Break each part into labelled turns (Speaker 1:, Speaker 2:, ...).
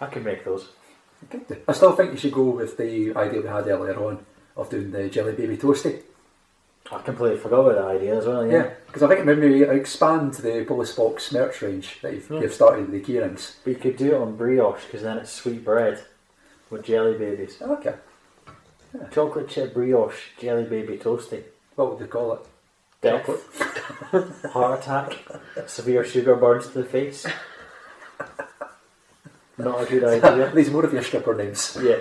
Speaker 1: I can make those.
Speaker 2: I, think that- I still think you should go with the idea we had earlier on of doing the jelly baby toasty.
Speaker 1: I completely forgot about that idea as well.
Speaker 2: Yeah, because I think it made me expand the Bullis Box merch range that you've,
Speaker 1: Yeah.
Speaker 2: you've started with the keyrings.
Speaker 1: We could do it on brioche because then it's sweet bread with jelly babies.
Speaker 2: Oh, Okay,
Speaker 1: Chocolate chip brioche, jelly baby toasty.
Speaker 2: what would they call it?
Speaker 1: Death, heart attack, severe sugar burns to the face. Not a good idea.
Speaker 2: These more of your stripper names.
Speaker 1: Yeah.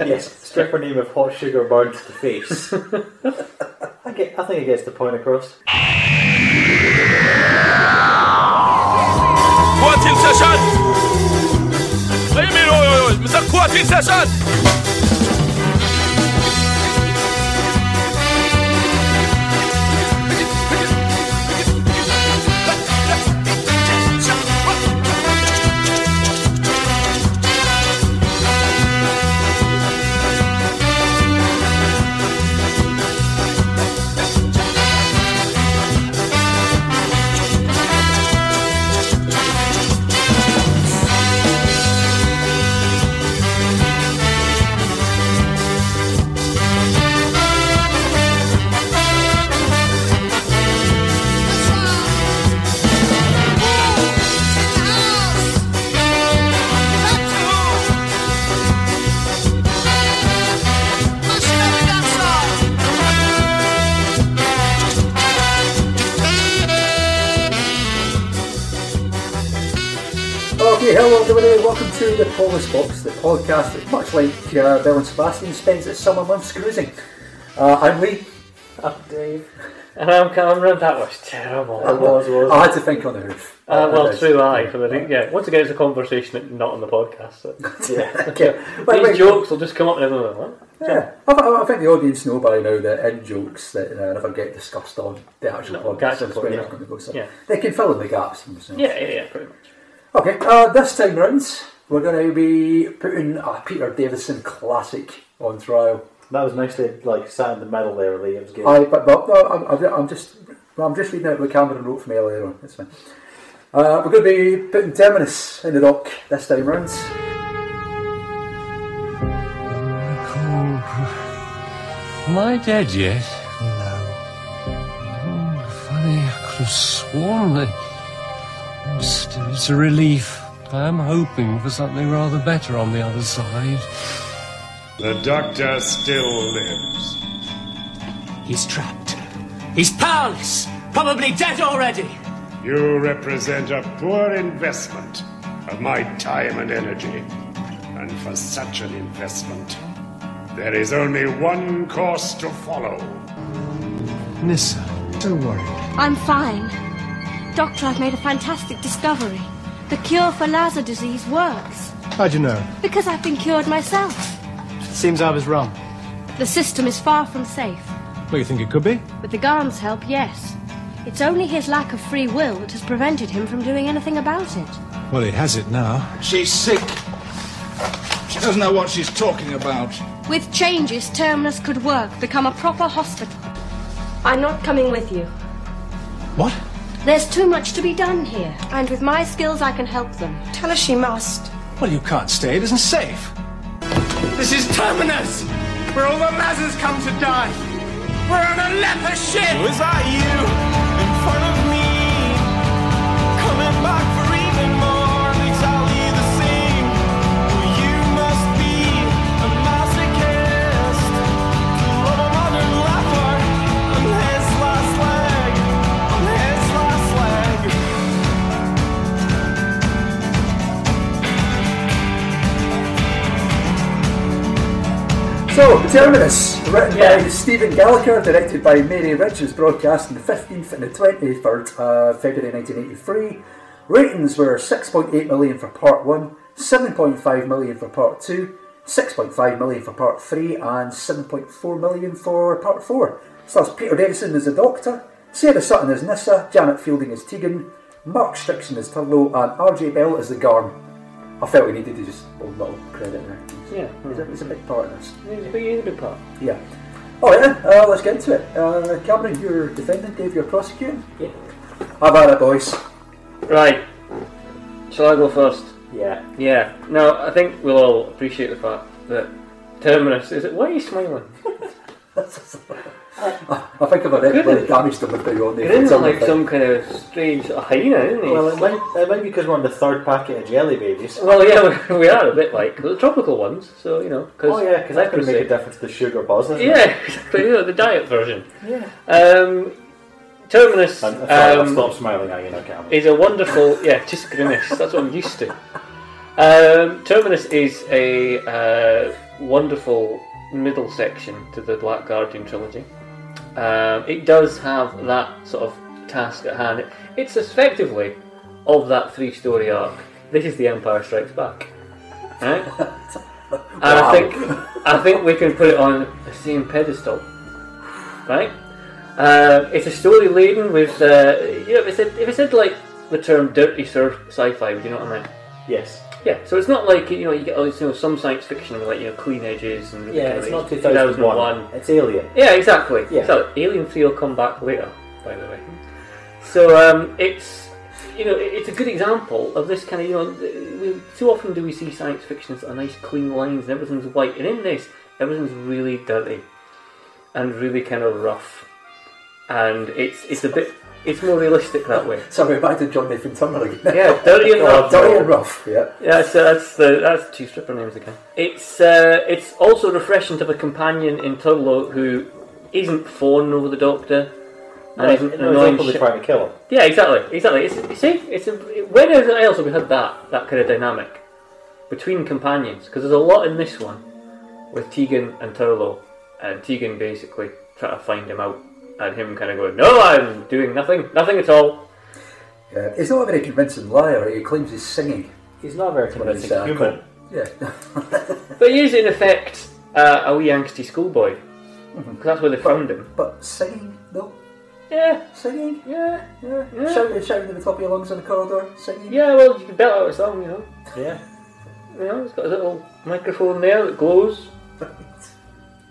Speaker 1: Yes, stripper name of hot sugar burn to the face. I, get, I think it gets the point across.
Speaker 3: Quarantine session. What do you mean, oi, oi, oi? Mr. Quarantine session.
Speaker 2: Okay, hello everybody, welcome to the Polish Box, the podcast that, much like uh, Bell and Sebastian, spends its summer months cruising. Uh, I'm Lee.
Speaker 1: Oh, Dave.
Speaker 4: And I'm Cameron, that was terrible.
Speaker 1: It was, was.
Speaker 2: I had to think on the hoof.
Speaker 4: Uh, well,
Speaker 2: Nice.
Speaker 4: true that, actually. didn't- Yeah, once again, it's a conversation that- not on the podcast. So.
Speaker 1: Yeah.
Speaker 2: Okay. Wait,
Speaker 4: These
Speaker 2: wait.
Speaker 4: jokes will just come up and everyone will, "What?"
Speaker 2: Yeah. I, I- I think the audience know by now that in jokes that uh, never get discussed on the actual
Speaker 4: No,
Speaker 2: podcast.
Speaker 4: gotcha,
Speaker 2: so it's where
Speaker 4: yeah.
Speaker 2: they're gonna go, so
Speaker 4: Yeah.
Speaker 2: They can fill in the gaps themselves.
Speaker 4: Yeah, yeah, yeah, pretty much.
Speaker 2: Okay, uh, this time round, we're going to be putting a Peter Davison classic on trial.
Speaker 1: That was nicely like sat in the middle there, Lee. It was good.
Speaker 2: I, but, but no, I'm, I'm- I'm just I'm just reading out what Cameron wrote from earlier on. That's fine. Uh, we're going to be putting Terminus in the dock this time round.
Speaker 5: Am I dead yet? No. funny, I could have sworn that. It's, it's a relief. I am hoping for something rather better on the other side.
Speaker 6: The doctor still lives.
Speaker 7: He's trapped. He's powerless. Probably dead already.
Speaker 6: You represent a poor investment of my time and energy. And for such an investment, there is only one course to follow.
Speaker 5: Nissa, don't worry.
Speaker 8: I'm fine. Doctor, I've made a fantastic discovery. The cure for Lassa disease works.
Speaker 5: How'd you know?
Speaker 8: Because I've been cured myself.
Speaker 5: Seems I was wrong.
Speaker 8: The system is far from safe.
Speaker 5: Well, you think it could be?
Speaker 8: With the Garm's help, yes. It's only his lack of free will that has prevented him from doing anything about it.
Speaker 5: Well, he has it now.
Speaker 9: She's sick. She doesn't know what she's talking about.
Speaker 8: With changes, Terminus could work, become a proper hospital. I'm not coming with you.
Speaker 5: What?
Speaker 8: There's too much to be done here, and with my skills, I can help them. Tell her she must.
Speaker 5: Well, you can't stay. It isn't safe.
Speaker 7: This is Terminus, where all the masses come to die. We're on a leper ship. Was Oh, that you in front of me? Coming back for even more, exactly the same. Well, you must be a masochist. You love a modern leper on his last leg, on his last leg.
Speaker 2: So, Terminus, written by
Speaker 4: Yeah.
Speaker 2: Stephen Gallagher, directed by Mary Richards, broadcast on the 15th and the 23rd uh, February 1983. Ratings were 6.8 million for part 1, 7.5 million for part 2, 6.5 million for part 3, and 7.4 million for part 4. Stars Peter Davison as the Doctor, Sarah Sutton as Nissa, Janet Fielding as Tegan, Mark Strickson as Turlough, and RJ Bell as the Garm. I felt we needed to just hold a little credit there.
Speaker 4: Yeah,
Speaker 2: It's a- It's a big part of this.
Speaker 4: it's a big, it's a big part.
Speaker 2: Yeah. All right, then. Uh, let's get into it. Uh, Cameron, you're defending. Dave, you're prosecuting.
Speaker 4: Yeah.
Speaker 2: I've had it, boys.
Speaker 4: Right. Shall I go first?
Speaker 1: Yeah.
Speaker 4: Yeah. No, I think we'll all appreciate the fact that Terminus is it. Why are you smiling? Uh,
Speaker 2: I think I've already damaged him with the on
Speaker 4: You're in like some kind of strange hyena, isn't he?
Speaker 1: Well, it might, it might be because we're on the third packet of jelly babies.
Speaker 4: Well, yeah, we- we are a bit like the tropical ones, so you know. Cause
Speaker 1: Oh yeah, because that could make a
Speaker 4: leprosy.
Speaker 1: difference to sugar buzz. isn't it?
Speaker 4: Yeah, exactly. You know, the diet version. Yeah. Um, Terminus
Speaker 1: I'm sorry, I'll
Speaker 4: um,
Speaker 1: stop smiling now. You're not camera.
Speaker 4: is a wonderful. Yeah, just grimace. That's what I'm used to. Um, Terminus is a uh, wonderful middle section to the Black Guardian trilogy. Um, it does have that sort of task at hand. It's effectively of that three-story arc. This is the Empire Strikes Back, right? and I think I think we can put it on the same pedestal, right? Uh, it's a story laden with uh, you know if it said if it said like the term dirty surf sci-fi, would you know what I mean?
Speaker 1: Yes.
Speaker 4: Yeah, so it's not like you know you get all these, you know some science fiction with like you know clean edges and
Speaker 1: Yeah,
Speaker 4: kind of
Speaker 1: it's
Speaker 4: these
Speaker 1: not 2001. It's Alien.
Speaker 4: Yeah, exactly.
Speaker 1: Yeah.
Speaker 4: So Alien Three will come back later, by the way. So um, it's you know it- it's a good example of this kind of you know th- we, too often do we see science fiction as a nice clean lines and everything's white, and in this everything's really dirty and really kind of rough, and it's it's a bit it's more realistic that way.
Speaker 2: Sorry, back to John Nathan Turner again.
Speaker 4: Yeah, dirty and rough.
Speaker 2: Dirty and rough, yeah.
Speaker 4: Yeah, so that's the that's two stripper names again. It's uh, it's also refreshing to have a companion in Tuglo who isn't fawning over the Doctor and
Speaker 1: No,
Speaker 4: isn't
Speaker 1: no,
Speaker 4: annoying.
Speaker 1: he's probably
Speaker 4: shit.
Speaker 1: trying to kill him.
Speaker 4: Yeah, exactly, exactly. It's, you see, it's a, where else have we had that that kind of dynamic between companions? Because there's a lot in this one with Tegan and Turlo, and Tegan basically trying to find him out, and him kind of going, "No, I'm doing nothing, nothing at all."
Speaker 2: yeah. He's not a very convincing liar, he claims he's singing.
Speaker 1: He's not very convincing.
Speaker 2: he's, uh,
Speaker 1: human.
Speaker 2: Yeah.
Speaker 4: But he is in effect uh, a wee angsty schoolboy. 'Cause that's where they found him.
Speaker 2: but singing, no?
Speaker 4: Yeah,
Speaker 2: Singing?
Speaker 4: yeah,
Speaker 2: Yeah.
Speaker 4: Yeah.
Speaker 2: Shouting, shouting at the top of your lungs in the corridor, singing.
Speaker 4: yeah. Well, you can belt out a song, you know.
Speaker 1: Yeah.
Speaker 4: You know, it's got a little microphone there that glows.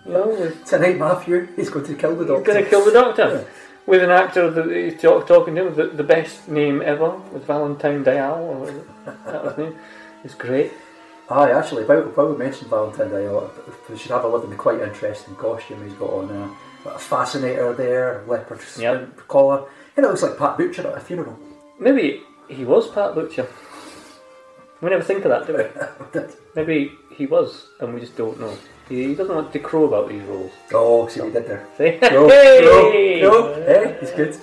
Speaker 4: You know, with,
Speaker 2: Tonight, Matthew, he's going to kill the
Speaker 4: he's
Speaker 2: doctor.
Speaker 4: gonna kill the doctor with an actor that he's talk, talking to him with the, the best name ever, with Valentine Dial or whatever that was his name. It's great.
Speaker 2: Aye, actually, while, while we mentioned Valentine Day, uh, we should have a look at the quite interesting costume he's got on. Uh, got a fascinator there, leopard skin collar. It looks like Pat Butcher at a funeral.
Speaker 4: Maybe he was Pat Butcher. We never think of that, do we? Maybe he was, and we just don't know. He, he doesn't want to crow about these roles.
Speaker 2: Oh, see what he did there.
Speaker 4: See?
Speaker 2: No,
Speaker 4: Hey!
Speaker 2: no, no, eh, it's good.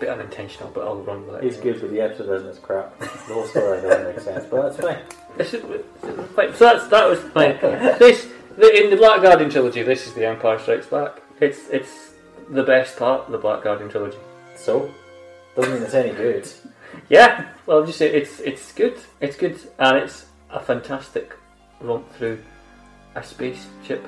Speaker 4: Bit unintentional, but I'll run with it.
Speaker 1: He's good, but the episode doesn't. It's crap. The whole story doesn't make sense, but that's fine.
Speaker 4: This is, right, so that's that was my this the, in the Black Guardian trilogy. This is the Empire Strikes Back. It's it's the best part of the Black Guardian trilogy.
Speaker 1: So doesn't mean it's any good.
Speaker 4: Yeah, well, I'm just saying it's it's good. It's good, and it's a fantastic romp through a spaceship.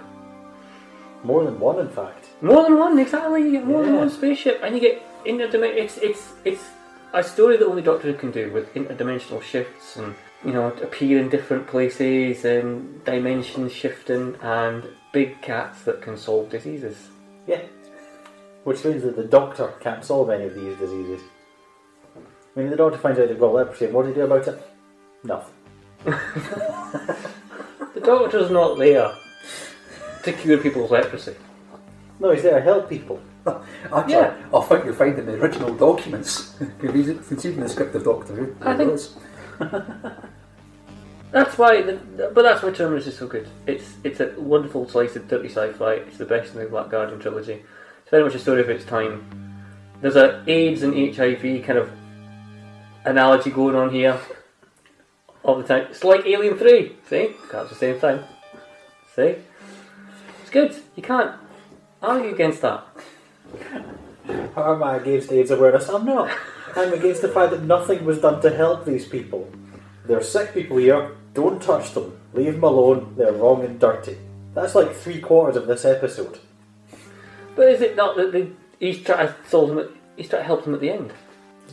Speaker 1: More than one, in fact.
Speaker 4: More than one, exactly. You get more than
Speaker 1: Yeah.
Speaker 4: one spaceship, and you get interdimensional. It's it's it's a story that only Doctor Who can do with interdimensional shifts and you know appear in different places and dimension shifting and big cats that can solve diseases.
Speaker 1: Yeah. Which means that the doctor can't solve any of these diseases. I mean, the doctor finds out they've got leprosy, and what do you do about it? Nothing.
Speaker 4: The Doctor's not there to cure people's leprosy.
Speaker 1: No, he's there to help people.
Speaker 2: Actually,
Speaker 4: Yeah.
Speaker 2: I think you'll find in the original documents. you read it- you can see it in the script of Doctor Who.
Speaker 4: I
Speaker 2: There
Speaker 4: think-
Speaker 2: it is.
Speaker 4: That's why, the, but that's why Terminus is so good. It's it's a wonderful slice of dirty sci-fi. It's the best in the Black Guardian trilogy. It's very much a story of its time. There's a AIDS and HIV kind of analogy going on here all the time. It's like Alien Three. See, that's the same thing. See, it's good. You can't argue against that.
Speaker 1: How am I against AIDS awareness? I'm not. I'm against the fact that nothing was done to help these people. There are sick people here. Don't touch them. Leave them alone. They're wrong and dirty. That's like three quarters of this episode.
Speaker 4: But is it not that the, he's trying to solve them? At, he's trying to help them at the end.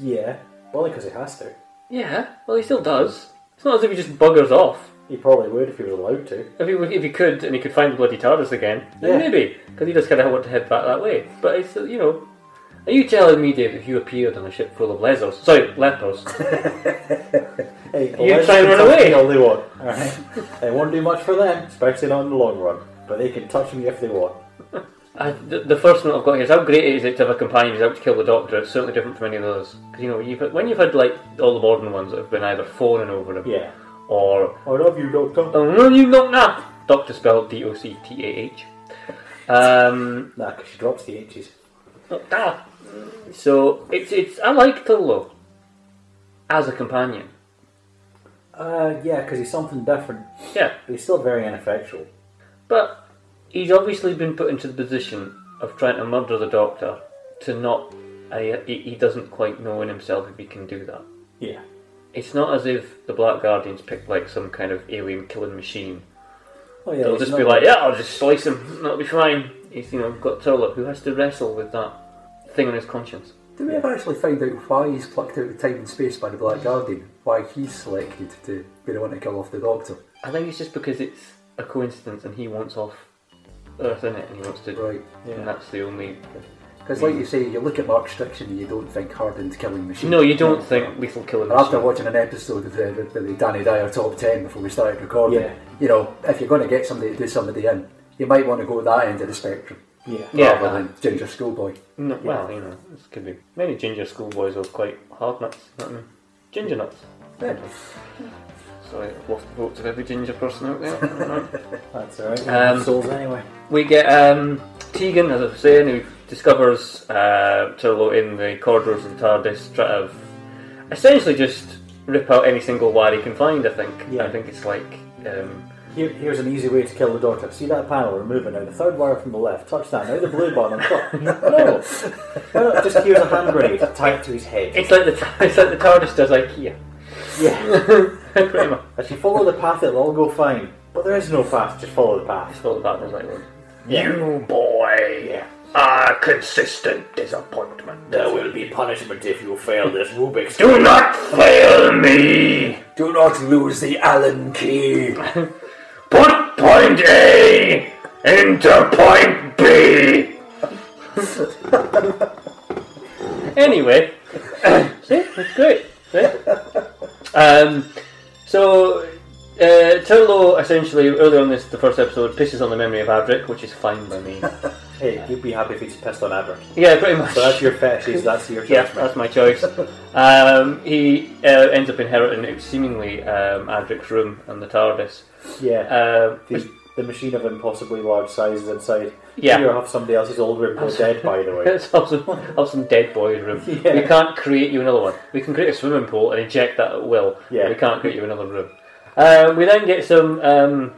Speaker 1: Yeah, only because he has to.
Speaker 4: Yeah. Well, he still does. It's not as if he just buggers off.
Speaker 1: He probably would if he was allowed to.
Speaker 4: If he, would- if he could, and he could find the bloody TARDIS again, then
Speaker 1: Yeah.
Speaker 4: maybe. Because he does kind of want to head back that way. But it's, uh, you know, Are you telling me, Dave, if you appeared on a ship full of lepers, sorry, lepers,
Speaker 1: Hey,
Speaker 4: you'd
Speaker 1: Blazers
Speaker 4: try and
Speaker 1: can
Speaker 4: run
Speaker 1: touch
Speaker 4: away?
Speaker 1: me all they want. Alright? they won't do much for them, especially not in the long run. But they can touch me if they want.
Speaker 4: I, the, the first note I've got here is how great it is it to have a companion who's out to kill the Doctor. It's certainly different from any of those. 'Cause, you know, you've, when you've had like all the modern ones that have been either phoning over him
Speaker 1: Yeah.
Speaker 4: or
Speaker 1: I love you, Doctor.
Speaker 4: oh no, you knock that Doctor spelled D O C T A H. Um,
Speaker 1: Nah, 'cause she drops the H's.
Speaker 4: knock that. So it's it's I like Tullo as a companion.
Speaker 1: Uh, yeah, because he's something different.
Speaker 4: Yeah,
Speaker 1: But he's still very ineffectual.
Speaker 4: but he's obviously been put into the position of trying to murder the Doctor to not. I, he he doesn't quite know in himself if he can do that.
Speaker 1: Yeah.
Speaker 4: It's not as if the Black Guardians picked like some kind of alien killing machine.
Speaker 1: Oh, yeah.
Speaker 4: They'll
Speaker 1: he's
Speaker 4: just be
Speaker 1: not-
Speaker 4: like, yeah, I'll just slice him. That'll be fine. He's, you know, got Turlock, who has to wrestle with that thing on his conscience.
Speaker 2: Do we ever actually find out why he's plucked out of time and space by the Black Guardian? Why he's selected to be the one to kill off the Doctor?
Speaker 4: I think it's just because it's a coincidence and he wants off Earth in it and he wants to.
Speaker 2: Right.
Speaker 4: And that's the only.
Speaker 2: Because, like you say, you look at Mark Strickson and you don't think hardened killing machine.
Speaker 4: No, you don't think lethal killing
Speaker 2: But after
Speaker 4: machine.
Speaker 2: watching an episode of the, the, the Danny Dyer top 10 before we started recording,
Speaker 1: Yeah.
Speaker 2: you know, if you're going to get somebody to do somebody in, you might want to go that end of the spectrum
Speaker 1: Yeah.
Speaker 4: Yeah.
Speaker 2: rather than Ginger Schoolboy.
Speaker 4: No, Well, you know, this could be. Many ginger schoolboys are quite hard nuts, you know what I mean? Ginger nuts.
Speaker 2: Yeah.
Speaker 4: Sorry, I've lost the votes of every ginger person out there. Alright.
Speaker 1: That's alright.
Speaker 4: Um,
Speaker 1: souls anyway.
Speaker 4: We get um, Tegan, as I was saying, who discovers uh, Turlo in the corridors of the TARDIS, trying to essentially just rip out any single wire he can find, I think.
Speaker 1: Yeah.
Speaker 4: I think it's like. Um,
Speaker 1: Here, here's an easy way to kill the doctor. See that panel? Remove it now. The third wire from the left. Touch that. Now the blue button. on top. no. Why not just here's a hand grenade. Tie it to his head.
Speaker 4: it's like the it's like the TARDIS does IKEA.
Speaker 1: Yeah.
Speaker 4: Pretty much.
Speaker 1: If you follow the path, it'll all go fine. But there is no path. Just follow the path.
Speaker 4: It's all about those like one.
Speaker 1: Yeah.
Speaker 4: You boy
Speaker 1: Yeah.
Speaker 4: are consistent disappointment.
Speaker 1: There will be punishment if you fail this Rubik's.
Speaker 4: Do not fail me.
Speaker 2: Do not lose the Allen key!
Speaker 4: Put point A into point B. anyway, see, that's great. See? Um, so, uh, Turlo essentially earlier on this, the first episode, pisses on the memory of Adric, which is fine by me.
Speaker 1: Hey, you'd be happy if he's pissed on Abra.
Speaker 4: yeah, pretty much.
Speaker 1: So that's your fetishes. That's your
Speaker 4: Yeah,
Speaker 1: judgment.
Speaker 4: that's my choice. Um, he uh, ends up inheriting seemingly um, Adric's room and the TARDIS.
Speaker 1: Yeah.
Speaker 4: Um,
Speaker 1: the, the machine of impossibly large sizes inside.
Speaker 4: Yeah.
Speaker 1: Here, have somebody else's old rib dead. By the way.
Speaker 4: Let's have some, have some dead boy room.
Speaker 1: Yeah.
Speaker 4: We can't create you another one. We can create a swimming pool and inject that at will. but
Speaker 1: Yeah.
Speaker 4: We can't create you another room. Um, we then get some um,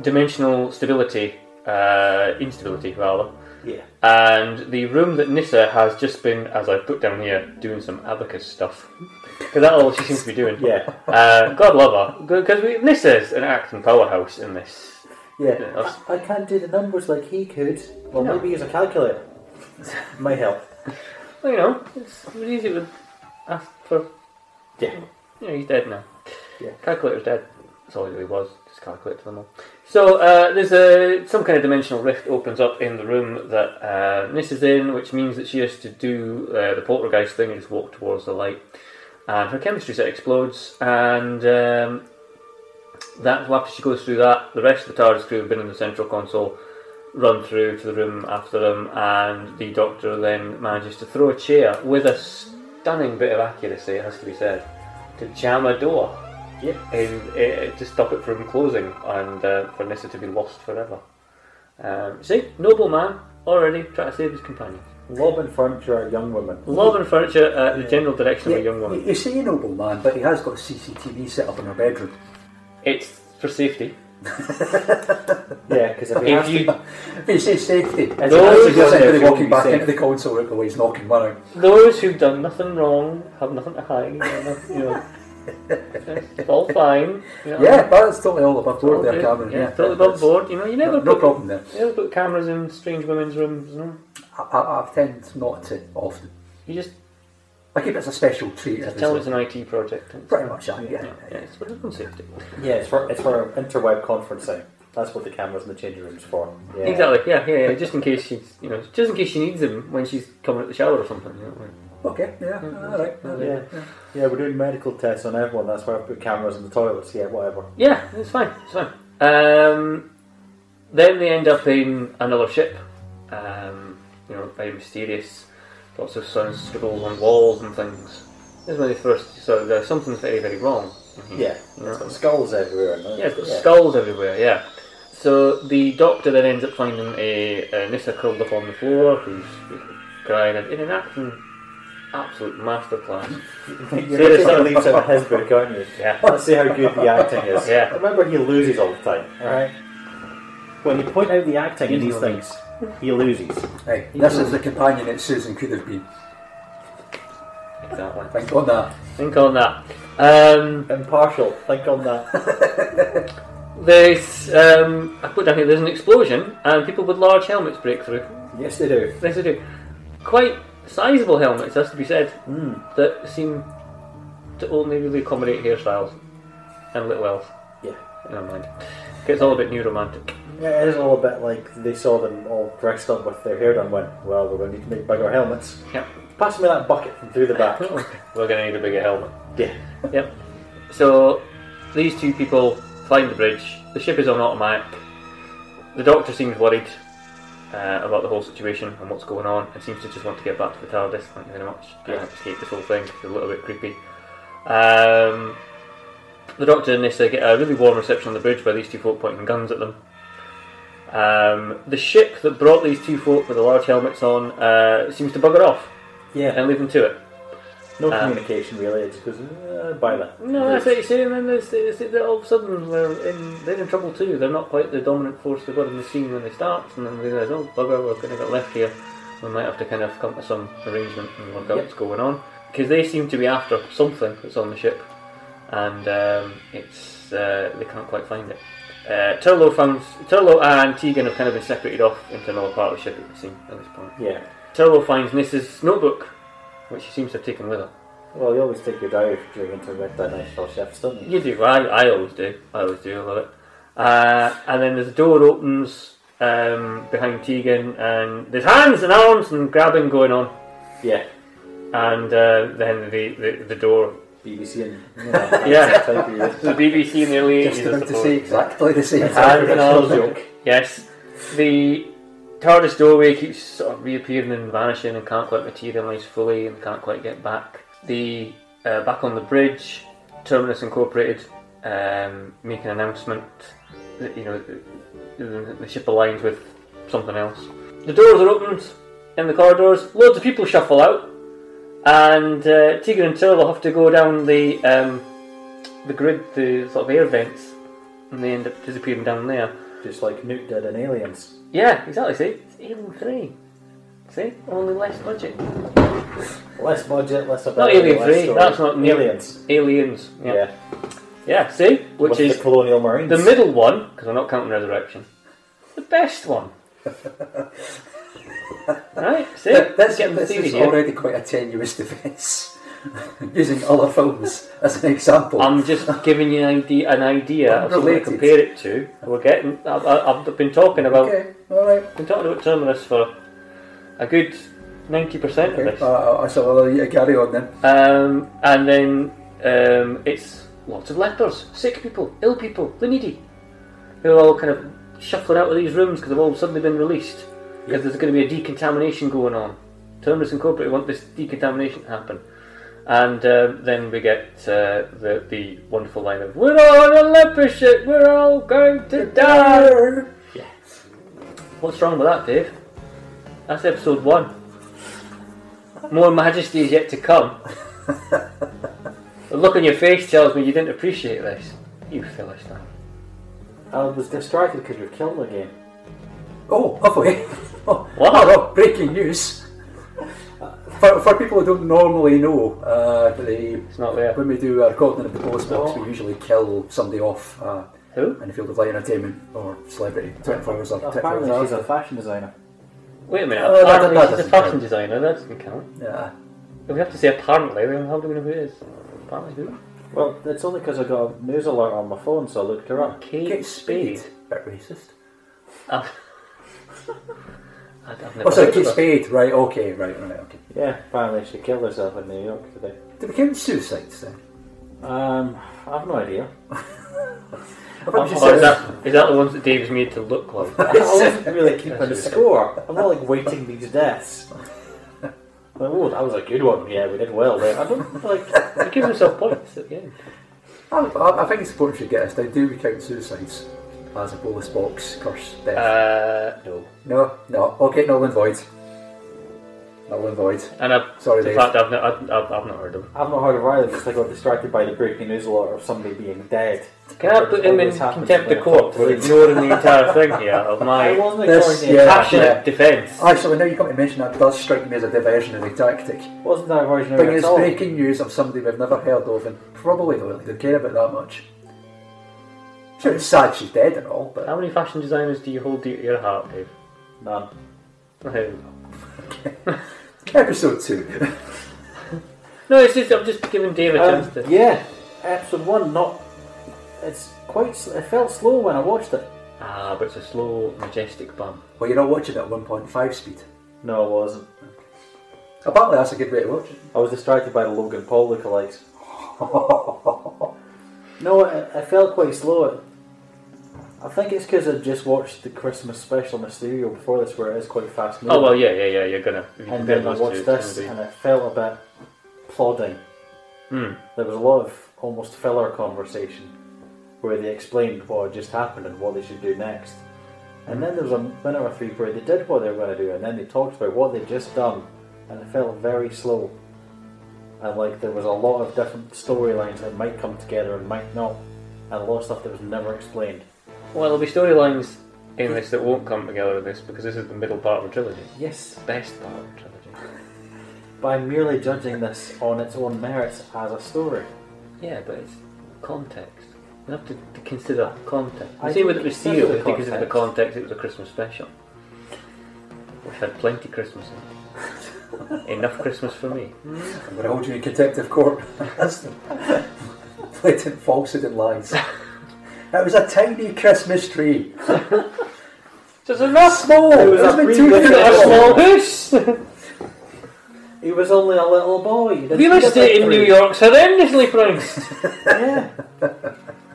Speaker 4: dimensional stability, uh, instability rather,
Speaker 1: Yeah.
Speaker 4: and the room that Nissa has just been, as I put down here, doing some abacus stuff. Because that's all she seems to be doing.
Speaker 1: Yeah.
Speaker 4: Uh, God love her. Because Nissa's an acting powerhouse in this.
Speaker 1: Yeah.
Speaker 4: Yeah, us.
Speaker 1: I, I can't do the numbers like he could. Well, maybe use a calculator. Might help.
Speaker 4: Well, you know, it's easy to ask for
Speaker 1: Yeah.
Speaker 4: Yeah, he's dead now.
Speaker 1: Yeah.
Speaker 4: Calculator's dead. That's all he was. Just calculate to them all. So uh, there's a some kind of dimensional rift opens up in the room that uh, Nis is in, which means that she has to do uh, the poltergeist thing and just walk towards the light. And her chemistry set explodes, and um, that after she goes through that, the rest of the TARDIS crew have been in the central console, run through to the room after them, and the Doctor then manages to throw a chair with a stunning bit of accuracy, it has to be said to jam a door
Speaker 1: Yep.
Speaker 4: in, eh, to stop it from closing and uh, for Nissa to be lost forever. Um, see, noble man already trying to save his companion.
Speaker 1: Lob and furniture are young women.
Speaker 4: Love and furniture uh, the general direction of a young
Speaker 2: You,
Speaker 4: woman.
Speaker 2: you say noble man, but he has got a CCTV set up in her bedroom.
Speaker 4: It's for safety.
Speaker 1: Yeah, because if, he
Speaker 4: If
Speaker 1: has
Speaker 4: you,
Speaker 2: He says safety.
Speaker 1: As
Speaker 4: long as he
Speaker 2: He's
Speaker 1: goes there,
Speaker 2: anybody
Speaker 1: he won't
Speaker 2: walking
Speaker 1: be
Speaker 2: back
Speaker 1: safe.
Speaker 2: into the console room he's knocking one out.
Speaker 4: those who've done nothing wrong have nothing to hide. You know, you know. it's all fine. you know.
Speaker 2: Yeah, that's totally all above board there,
Speaker 4: Yeah,
Speaker 2: Cameron. Yeah,
Speaker 4: totally above board. You know, you never
Speaker 2: No
Speaker 4: put,
Speaker 2: problem there.
Speaker 4: You never put cameras in strange women's rooms. You, know?
Speaker 2: I, I, I tend not to often.
Speaker 4: you just
Speaker 2: I keep it as a special treat. every
Speaker 4: tell
Speaker 2: so-
Speaker 4: it's an IT project.
Speaker 2: Pretty much, yeah. yeah.
Speaker 4: Yeah, it's for health and safety.
Speaker 1: yeah, it's for it's for interweb conferencing. That's what the cameras in the changing room's for. Yeah.
Speaker 4: Exactly. Yeah, yeah, yeah. Just in case she's, you know, just in case she needs them when she's coming out the shower or something. You know, like,
Speaker 2: Okay, yeah,
Speaker 4: Mm-hmm.
Speaker 2: all right. all right.
Speaker 1: Yeah. yeah, we're doing medical tests on everyone. That's why I put cameras in the toilets. Yeah, whatever.
Speaker 4: yeah, it's fine. It's fine. Um, then they end up in another ship. Um, you know, very mysterious. Lots of sun scribbles on walls and things. This is when they first saw that something's very, very wrong. in here.
Speaker 1: Yeah, it's got skulls everywhere. and-
Speaker 4: Yeah, it's got skulls everywhere, yeah. So the doctor then ends up finding a, a Nissa curled up on the floor who's crying and in an acting absolute masterclass.
Speaker 1: You're not taking
Speaker 4: Seriously.
Speaker 1: leaves out of his book, aren't you?
Speaker 4: Yeah.
Speaker 1: Let's see how good the acting is.
Speaker 4: Yeah.
Speaker 1: Remember, he loses all the time. All right. When you point out the acting in these things, he loses.
Speaker 2: Hey, this is the companion that Susan could have been.
Speaker 4: Exactly.
Speaker 2: Think on that.
Speaker 4: Think on that. Um,
Speaker 1: Impartial. Think on that.
Speaker 4: there's, um, I put down here, there's an explosion and people with large helmets break through.
Speaker 1: yes, they do.
Speaker 4: Yes, they do. Quite sizable helmets, has to be said,
Speaker 1: Hmm.
Speaker 4: that seem to only really accommodate hairstyles and little else.
Speaker 1: Yeah.
Speaker 4: Never mind. Gets all a bit new romantic.
Speaker 1: Yeah, it is all a bit like they saw them all dressed up with their hair done. Went well. We're going to need to make bigger helmets.
Speaker 4: Yep.
Speaker 1: Pass me that bucket from through the back.
Speaker 4: We're going to need a bigger helmet.
Speaker 1: yeah.
Speaker 4: Yep. So these two people climb the bridge. The ship is on automatic. The doctor seems worried uh, about the whole situation and what's going on, and seems to just want to get back to the TARDIS. Thank you very much. Yeah. escape this whole thing. It's a little bit creepy. Um, the doctor and Nissa get a really warm reception on the bridge by these two folk pointing guns at them. Um, the ship that brought these two folk with the large helmets on uh, seems to bugger off
Speaker 1: Yeah.
Speaker 4: and leave them to it.
Speaker 1: No
Speaker 4: Um,
Speaker 1: communication really. It just goes uh, by that.
Speaker 4: No, that's what you see, and then there's, there's, they're all of a sudden they're in, they're in trouble too. They're not quite the dominant force they were in the scene when they start, and then they realise, oh bugger, we're going to get left here. We might have to kind of come to some arrangement and work out what's going on. Because they seem to be after something that's on the ship, and um, it's uh, they can't quite find it. Uh, Turlo, found, Turlo and Tegan have kind of been separated off into another part of the ship, it would seem, at this point.
Speaker 1: Yeah.
Speaker 4: Turlo finds Nissa's notebook, which she seems to have taken with her.
Speaker 1: Well, you always take your diary for doing international chefs, don't you?
Speaker 4: You do. I, I always do. I always do. I love it. Uh, and then there's a door opens um, behind Tegan, and there's hands and arms and grabbing going on.
Speaker 1: Yeah.
Speaker 4: And uh, then the, the, the door.
Speaker 1: BBC and you know,
Speaker 4: Yeah.
Speaker 1: type of
Speaker 4: The BBC in the early 80s,
Speaker 2: Just
Speaker 4: I
Speaker 2: about to
Speaker 4: suppose.
Speaker 2: say exactly the same
Speaker 4: Hands and arms.
Speaker 1: joke.
Speaker 4: Yes. The TARDIS doorway keeps sort of reappearing and vanishing and can't quite materialise fully and can't quite get back. The uh, back on the bridge, Terminus Incorporated um, make an announcement that you know the, the, the ship aligns with something else. The doors are opened in the corridors. Loads of people shuffle out, and uh, Tegan and Turtle have to go down the um, the grid, the sort of air vents, and they end up disappearing down there.
Speaker 1: Just like Newt did in Aliens.
Speaker 4: Yeah, exactly. See, it's Alien Three. See, only less budget.
Speaker 1: Less budget, less about
Speaker 4: Not Alien Three.
Speaker 1: story.
Speaker 4: That's not new.
Speaker 1: Aliens.
Speaker 4: Aliens.
Speaker 1: Yeah.
Speaker 4: Yeah. Yeah. see, which
Speaker 1: With
Speaker 4: is
Speaker 1: the Colonial Marines.
Speaker 4: the middle one because I'm not counting Resurrection. The best one. right. See,
Speaker 2: This,
Speaker 4: getting the
Speaker 2: this
Speaker 4: theory
Speaker 2: is
Speaker 4: here.
Speaker 2: already quite a tenuous defence. Using other films as an example.
Speaker 4: I'm just giving you an idea, an idea of something to
Speaker 2: Unrelated.
Speaker 4: compare it to. We're getting. I've, I've I've been talking about.
Speaker 2: okay, alright.
Speaker 4: Been talking about Terminus for a good ninety percent of
Speaker 2: Okay.
Speaker 4: this.
Speaker 2: Uh, I shall allow you to carry on then.
Speaker 4: Um, and then um, it's lots of lepers, sick people, ill people, the needy, who are all kind of shuffling out of these rooms because they've all suddenly been released because there's going to be a decontamination going on. Terminus Incorporated want this decontamination to happen. And um then we get uh, the, the wonderful line of "We're all on a leper ship. We're all going to die." What's wrong with that, Dave? That's episode one. More majesty is yet to come. the look on your face tells me you didn't appreciate this. You Philistine.
Speaker 1: I was distracted because you're killed again.
Speaker 2: Oh, halfway. Oh,
Speaker 4: Wow.
Speaker 2: oh, well, breaking news. For, for people who don't normally know, uh, the,
Speaker 4: It's not there.
Speaker 2: when we do our recording of the post box, we usually kill somebody off uh,
Speaker 4: Who?
Speaker 2: in the field of live entertainment or celebrity. 24 hours or 24 hours
Speaker 1: Oh, Apparently, she's a
Speaker 2: after.
Speaker 1: fashion designer.
Speaker 4: Wait a minute.
Speaker 2: Oh, that-
Speaker 4: apparently
Speaker 2: that
Speaker 4: she's a
Speaker 2: doesn't
Speaker 4: fashion
Speaker 2: count.
Speaker 4: designer. That doesn't count.
Speaker 2: Yeah.
Speaker 4: If we have to say apparently, then how do we know who it is? Apparently who?
Speaker 1: Well, it's only because I got a news alert on my phone, so I looked her up.
Speaker 4: Kate,
Speaker 2: Kate
Speaker 4: Spade.
Speaker 2: Spade. Bit racist.
Speaker 4: I've, I've never
Speaker 2: Oh, sorry,
Speaker 4: heard
Speaker 2: Kate
Speaker 4: of her.
Speaker 2: Spade. Right, okay, right, right, okay.
Speaker 1: Yeah, apparently she killed herself in New York today.
Speaker 2: Did we count suicides then?
Speaker 1: Um, I've no idea.
Speaker 2: I thought you
Speaker 4: Oh, is,
Speaker 2: said-
Speaker 4: that, is that the ones that Dave's made to look like?
Speaker 1: I wasn't really keeping a
Speaker 4: That's really
Speaker 1: score. I'm not like waiting these deaths. Like, oh, that was a good one. Yeah, we did well there. I don't like.
Speaker 4: he gives himself points at the end.
Speaker 2: I, I I think it's important to get us down. Do we count suicides as a bonus box curse death?
Speaker 4: Uh, no.
Speaker 2: no, no. Okay, null and void. Null and void.
Speaker 4: And I,
Speaker 2: Sorry,
Speaker 4: the
Speaker 2: Dave.
Speaker 4: fact I've not, I've, I've, I've not heard of him.
Speaker 1: I've not heard of either because I got distracted by the breaking news alert of somebody being dead.
Speaker 4: Can I put him in
Speaker 1: Always happens
Speaker 4: contempt
Speaker 1: when
Speaker 4: of
Speaker 1: it
Speaker 4: court
Speaker 1: comes
Speaker 4: for
Speaker 1: to
Speaker 4: ignoring the entire thing here of
Speaker 1: I
Speaker 4: my
Speaker 1: wasn't
Speaker 2: This-
Speaker 1: ignoring
Speaker 2: yeah.
Speaker 1: it.
Speaker 4: passionate defence?
Speaker 2: Actually, now you come to mention that, does strike me as a diversionary tactic.
Speaker 1: Wasn't that version
Speaker 2: Bring
Speaker 1: at
Speaker 2: us
Speaker 1: all?
Speaker 2: breaking news of somebody we've never heard of and probably don't really care about that much. Sure, it's sad she's dead and all, but
Speaker 4: How many fashion designers do you hold dear to your heart, Dave?
Speaker 1: None.
Speaker 4: There we go.
Speaker 2: episode two.
Speaker 4: No, it's just I'm just giving Dave a
Speaker 1: Um,
Speaker 4: chance to.
Speaker 1: yeah, episode one. Not. It's quite. s- It felt slow when I watched it.
Speaker 4: Ah, but it's a slow, majestic bum.
Speaker 2: well, you're not watching it at 1.5 speed.
Speaker 1: No, I wasn't.
Speaker 2: Apparently, that's a good way to watch it.
Speaker 1: I was distracted by the Logan Paul lookalikes. no, I, I felt quite slow. I think it's because I just watched the Christmas special Mysterio before this, where it is quite fast moving.
Speaker 4: Oh well, yeah, yeah, yeah. You're gonna. if you
Speaker 1: and
Speaker 4: compare
Speaker 1: then I
Speaker 4: those two,
Speaker 1: watched
Speaker 4: it's
Speaker 1: this,
Speaker 4: gonna
Speaker 1: and it felt a bit plodding.
Speaker 4: Hmm.
Speaker 1: There was a lot of almost filler conversation where they explained what had just happened and what they should do next. And then there was a minute or three where they did what they were going to do, and then they talked about what they'd just done, and it felt very slow. And like there was a lot of different storylines that might come together and might not, and a lot of stuff that was never explained.
Speaker 4: be- Well, there'll be storylines in this that won't come together in this because this is the middle part of a trilogy.
Speaker 1: Yes,
Speaker 4: Best part of a trilogy.
Speaker 1: but I'm merely judging this on its own merits as a story.
Speaker 4: Yeah, but it's context. You have to, to consider context.
Speaker 1: I
Speaker 4: You see, with it
Speaker 1: didn't
Speaker 4: was
Speaker 1: consider
Speaker 4: Seal,
Speaker 1: the
Speaker 4: it's because of the
Speaker 1: context.
Speaker 4: context, it was a Christmas special. Which had plenty Christmas in it. Enough Christmas for me.
Speaker 2: I'm going to hold you in contempt of court. That's the blatant falsehood and lies. It was a tiny Christmas tree.
Speaker 4: Just enough small!
Speaker 1: It was
Speaker 2: It was
Speaker 1: a
Speaker 2: been
Speaker 1: brief
Speaker 2: two
Speaker 1: look
Speaker 2: years
Speaker 1: at it
Speaker 2: ago.
Speaker 1: all.
Speaker 4: small house!
Speaker 1: He was only a little boy. He didn't
Speaker 4: Real
Speaker 1: need a
Speaker 4: estate in
Speaker 1: victory.
Speaker 4: New York's horrendously priced!
Speaker 1: Yeah.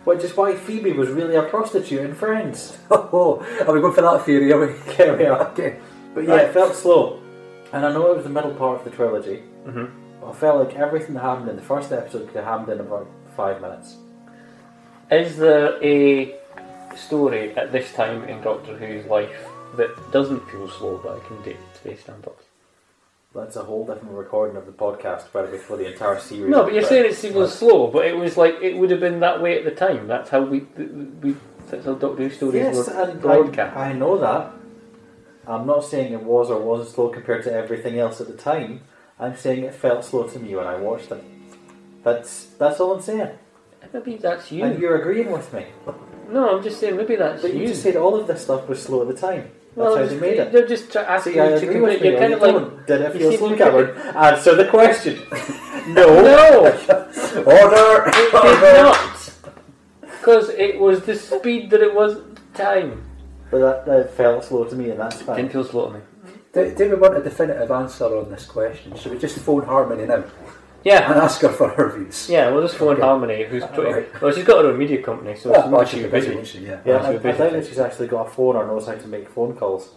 Speaker 1: Which is why Phoebe was really a prostitute in Friends.
Speaker 2: Oh, are we going for that theory? Are we?
Speaker 1: Carry on.
Speaker 2: Okay.
Speaker 1: But yeah, it felt slow. And I know it was the middle part of the trilogy. Mm-hmm. I felt like everything that happened in the first episode could have happened in about five minutes.
Speaker 4: Is there a story at this time in Doctor Who's life that doesn't feel slow but I can date space standards?
Speaker 1: That's a whole different recording of the podcast, probably for the entire series.
Speaker 4: No, but you're saying it's even slow, but it was like it would have been that way at the time. That's how we we that's how Doctor Who stories
Speaker 1: Yes,
Speaker 4: were
Speaker 1: and
Speaker 4: broadcast.
Speaker 1: I, I know that. I'm not saying it was or wasn't slow compared to everything else at the time. I'm saying it felt slow to me when I watched it. That's that's all I'm saying.
Speaker 4: maybe that's you.
Speaker 1: And you're agreeing with me.
Speaker 4: no, I'm just saying maybe that's
Speaker 1: But you just said all of this stuff was slow at the time. That's
Speaker 4: well,
Speaker 1: how
Speaker 4: I'm
Speaker 1: they
Speaker 4: just-
Speaker 1: made it.
Speaker 4: They're just try- asking
Speaker 1: See, I
Speaker 4: you to
Speaker 1: agree
Speaker 4: compare.
Speaker 1: with you.
Speaker 4: You're
Speaker 1: or
Speaker 4: kind
Speaker 1: you
Speaker 4: of
Speaker 1: don't.
Speaker 4: like
Speaker 1: Did it
Speaker 4: you
Speaker 1: feel
Speaker 4: seem
Speaker 1: slow,
Speaker 4: to think
Speaker 1: Cameron? Answer the question. no.
Speaker 4: no,
Speaker 2: Order!
Speaker 4: it did not. Because it was the speed that it was at the time.
Speaker 1: But that, that felt slow to me, and that's fine.
Speaker 4: Didn't feel slow to me.
Speaker 2: Do, do we want a definitive answer on this question? Should we just phone Harmony now and
Speaker 4: Yeah.
Speaker 2: ask her for her views?
Speaker 4: Yeah, we'll just phone Harmony, who's putting.
Speaker 2: Alright.
Speaker 4: Well, she's got her own media company, so
Speaker 2: Well,
Speaker 4: she's
Speaker 2: well,
Speaker 4: not
Speaker 2: she's
Speaker 4: too
Speaker 2: been
Speaker 4: busy.
Speaker 2: busy, isn't she? Yeah.
Speaker 1: yeah,
Speaker 4: That's
Speaker 1: I, I
Speaker 4: a bit
Speaker 1: doubt that she's actually got a phone or knows how to make phone calls.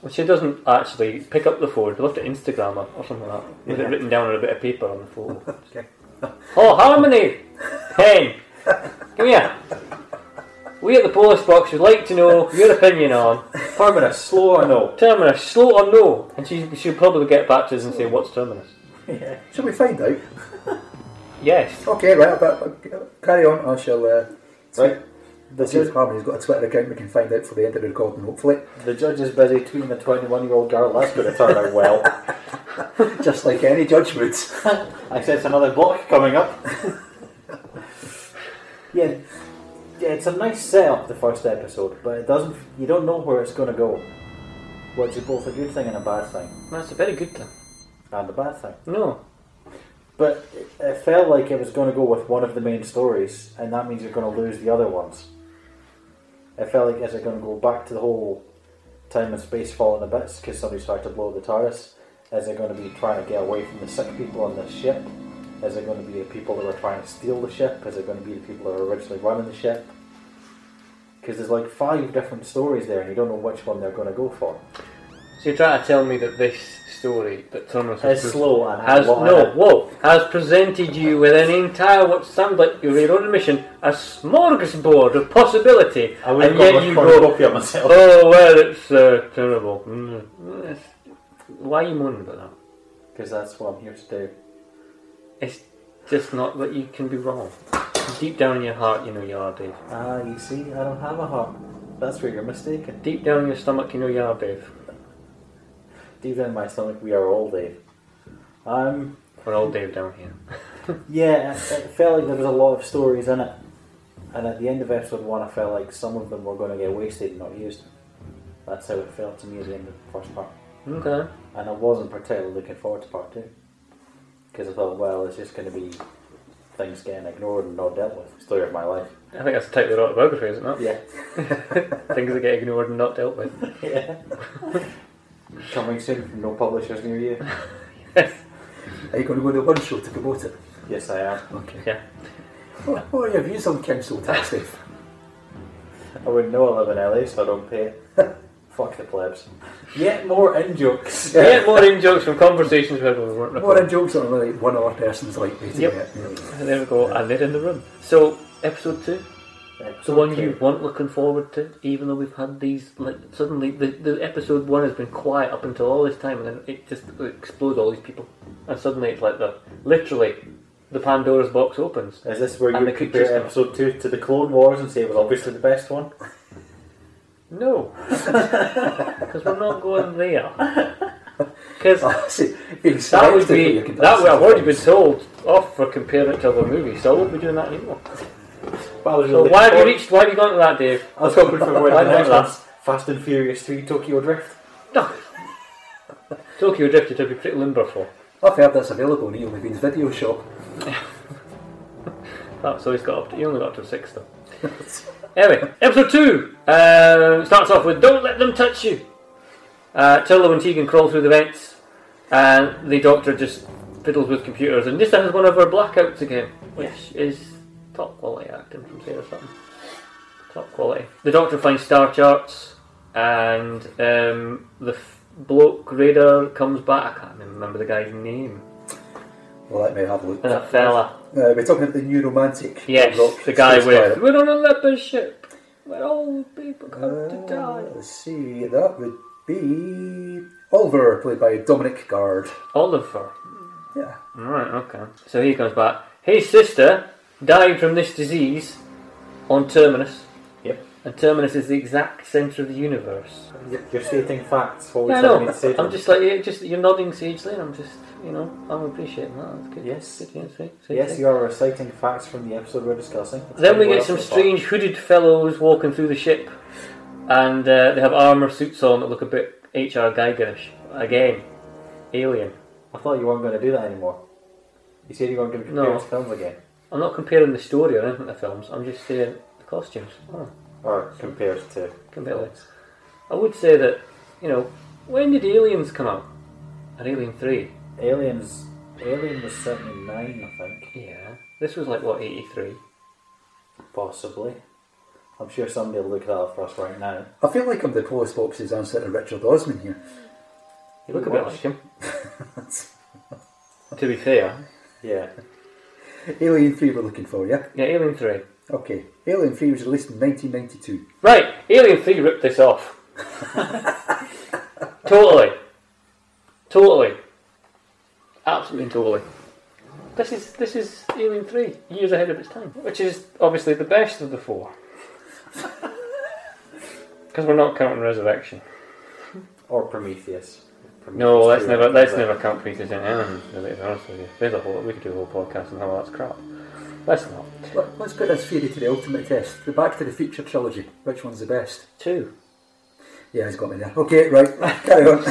Speaker 4: Well, she doesn't actually pick up the phone. She'll have to Instagram her or something like that. With it written down on a bit of paper on the phone. Oh, Harmony! Hen! Come here! We at the Polish Box would like to know your opinion on
Speaker 1: Permanent, slow or no?
Speaker 4: Terminus, slow or no? And she, she'll probably get back to us and say, What's Terminus?
Speaker 2: Shall we find out?
Speaker 4: Yes.
Speaker 2: Okay, right, but but carry on. I shall. Uh,
Speaker 1: Right. The
Speaker 2: see if
Speaker 1: judge,
Speaker 2: Harmony's got a Twitter account we can find out for the end of the recording, hopefully.
Speaker 1: the judge is busy tweeting the 21 year old girl. That's going to turn out well.
Speaker 2: Just like any judge would.
Speaker 1: I sense another block coming up. yeah, yeah, it's a nice setup the first episode, but it doesn't. You don't know where it's going to go, which is both a good thing and a bad thing,
Speaker 4: That's a very good thing.
Speaker 1: and a bad thing.
Speaker 4: No.
Speaker 1: But it- it felt like it was going to go with one of the main stories, and that means you're going to lose the other ones. It felt like is it going to go back to the whole time and space falling to bits because somebody's tried to blow the TARDIS? Is it going to be trying to get away from the sick people on this ship? Is it going to be the people that were trying to steal the ship? Is it going to be the people that were originally running the ship? Because there's like five different stories there, and you don't know which one they're going to go for.
Speaker 4: So you're trying to tell me that this story that Thomas
Speaker 1: It's
Speaker 4: has,
Speaker 1: slow and
Speaker 4: has
Speaker 1: a lot
Speaker 4: no
Speaker 1: of-
Speaker 4: whoa has presented you with an entire what sounds like your your own admission a smorgasbord of possibility,
Speaker 1: I wouldn't
Speaker 4: and
Speaker 1: call it
Speaker 4: yet you
Speaker 1: cornucopia
Speaker 4: go,
Speaker 1: myself.
Speaker 4: oh well, it's uh, terrible. Mm. Yes. Why are you moaning about that?
Speaker 1: Because that's what I'm here to do.
Speaker 4: It's just not that you can be wrong. Deep down in your heart, you know you are, Dave.
Speaker 1: Ah, you see, I don't have a heart. That's where you're mistaken.
Speaker 4: Deep down in your stomach, you know you are, Dave.
Speaker 1: Deep down in my stomach, we are all Dave. Um,
Speaker 4: We're all Dave down here.
Speaker 1: yeah, it, it felt like there was a lot of stories in it. And at the end of episode one, I felt like some of them were going to get wasted and not used. That's how it felt to me at the end of the first part.
Speaker 4: Okay.
Speaker 1: And I wasn't particularly looking forward to part two. Because I thought, well, it's just going to be things getting ignored and not dealt with. Story of my life.
Speaker 4: I think that's the title of the autobiography, isn't it?
Speaker 1: Yeah.
Speaker 4: Things that get ignored and not dealt with.
Speaker 1: yeah. Coming soon from no publishers near you.
Speaker 2: Are you going to go to one show to promote it?
Speaker 1: Yes, I am.
Speaker 2: Okay.
Speaker 4: Yeah.
Speaker 2: What, what are your views on council tax, Dave?
Speaker 1: I wouldn't know I live in LA, so I don't pay. Fuck the plebs. Yet more in jokes.
Speaker 4: We get more in jokes from conversations where we weren't
Speaker 2: More
Speaker 4: recording.
Speaker 2: in jokes on like one other person's like beating
Speaker 4: Yep.
Speaker 2: it. you know.
Speaker 4: There we go, and they're in the room. So, episode two, the one
Speaker 1: Okay.
Speaker 4: you weren't looking forward to, even though we've had these, like, suddenly the, the episode one has been quiet up until all this time, and then it just explodes all these people. And suddenly it's like the, literally, the Pandora's box opens. Uh,
Speaker 1: Is this where
Speaker 4: And
Speaker 1: you
Speaker 4: the creatures
Speaker 1: compare episode 2 to the Clone Wars and say it was obviously the best one?
Speaker 4: No. Because we're not going there. Because
Speaker 2: Oh, see, being
Speaker 4: that would
Speaker 2: selective with
Speaker 4: be,
Speaker 2: your
Speaker 4: that would, I've already been
Speaker 2: comparisons.
Speaker 4: told off for comparing it to other movies, so I won't be doing that anymore.
Speaker 1: But I was
Speaker 4: So
Speaker 1: really
Speaker 4: why have you
Speaker 1: bored.
Speaker 4: reached, why have you gone to that, Dave?
Speaker 1: I was hoping for where
Speaker 4: Why
Speaker 1: the
Speaker 4: not
Speaker 1: next
Speaker 4: that?
Speaker 1: one's Fast and Furious 3 Tokyo Drift.
Speaker 4: Tokyo Drift you'd have to be pretty limber for.
Speaker 2: I've heard that's available in Neil Levine's video shop.
Speaker 4: Oh, so he's got up to, he only got up to six though. anyway, episode two uh, starts off with "Don't let them touch you." Uh, Turlo and Tegan crawl through the vents, and the Doctor just fiddles with computers. And this time is one of her blackouts again, which is top quality acting from Sarah Sutton. Top quality. The Doctor finds star charts, and um, the f- bloke radar comes back. I can't remember the guy's name.
Speaker 2: Well, let me have a look.
Speaker 4: Uh, That fella.
Speaker 2: Uh, we're talking about the new romantic.
Speaker 4: Yes,
Speaker 2: rock
Speaker 4: the guy
Speaker 2: space
Speaker 4: with.
Speaker 2: pirate.
Speaker 4: We're on a leopard ship. Where all people come
Speaker 1: Oh.
Speaker 4: to
Speaker 2: Uh,
Speaker 4: die.
Speaker 2: let's see, that would be Oliver, played by Dominic Guard.
Speaker 4: Oliver.
Speaker 2: Yeah.
Speaker 4: Right, okay. So he comes back. His sister died from this disease on Terminus.
Speaker 1: Yep.
Speaker 4: And Terminus is the exact centre of the universe.
Speaker 1: You're stating facts. What we
Speaker 4: Yeah, I
Speaker 1: said we
Speaker 4: know.
Speaker 1: need to say to
Speaker 4: I'm
Speaker 1: them.
Speaker 4: just like, you're, just, you're nodding sagely, and I'm just, you know, I'm appreciating that. That's good.
Speaker 1: Yes.
Speaker 4: Good, yes, right, right,
Speaker 1: Yes,
Speaker 4: right.
Speaker 1: you are reciting facts from the episode we're discussing. It's
Speaker 4: Then we
Speaker 1: very
Speaker 4: get some
Speaker 1: well so
Speaker 4: strange hooded fellows walking through the ship, and uh, they have armour suits on that look a bit H.R. Geigerish. Again, alien.
Speaker 1: far. I thought you weren't going to do that anymore. You said you weren't going to compare
Speaker 4: No.
Speaker 1: it to films again.
Speaker 4: I'm not comparing the story or anything to the films, I'm just saying the costumes. Oh,
Speaker 1: Or compared to.
Speaker 4: completely. I would say that, you know, when did Aliens come out? Or Alien 3?
Speaker 1: Aliens. Alien was 79, I think.
Speaker 4: Yeah. This was like, what, 83?
Speaker 1: Possibly. I'm sure somebody will look that up for us right now.
Speaker 2: I feel like I'm the post box's answer to Richard Osman here.
Speaker 4: You look a bit like him. to be fair.
Speaker 1: Yeah.
Speaker 2: Alien 3 we're looking for, yeah?
Speaker 4: Yeah, Alien 3.
Speaker 2: Okay. Alien 3 was released in 1992.
Speaker 4: Right, Alien 3 ripped this off. totally. Totally. Absolutely totally. This is this is Alien 3, years ahead of its time. Which is obviously the best of the four. Because we're not counting Resurrection.
Speaker 1: Or Prometheus. Prometheus
Speaker 4: No, let's
Speaker 1: too,
Speaker 4: never
Speaker 1: I
Speaker 4: let's
Speaker 1: think.
Speaker 4: never count Prometheus in anything, really, to be honest with you. There's a whole we could do a whole podcast on how that's crap. Let's not.
Speaker 2: Let, let's put this theory to the ultimate test. The Back to the Future trilogy. Which one's the best?
Speaker 4: Two.
Speaker 2: Yeah, he's got me there. Okay, right. Carry on.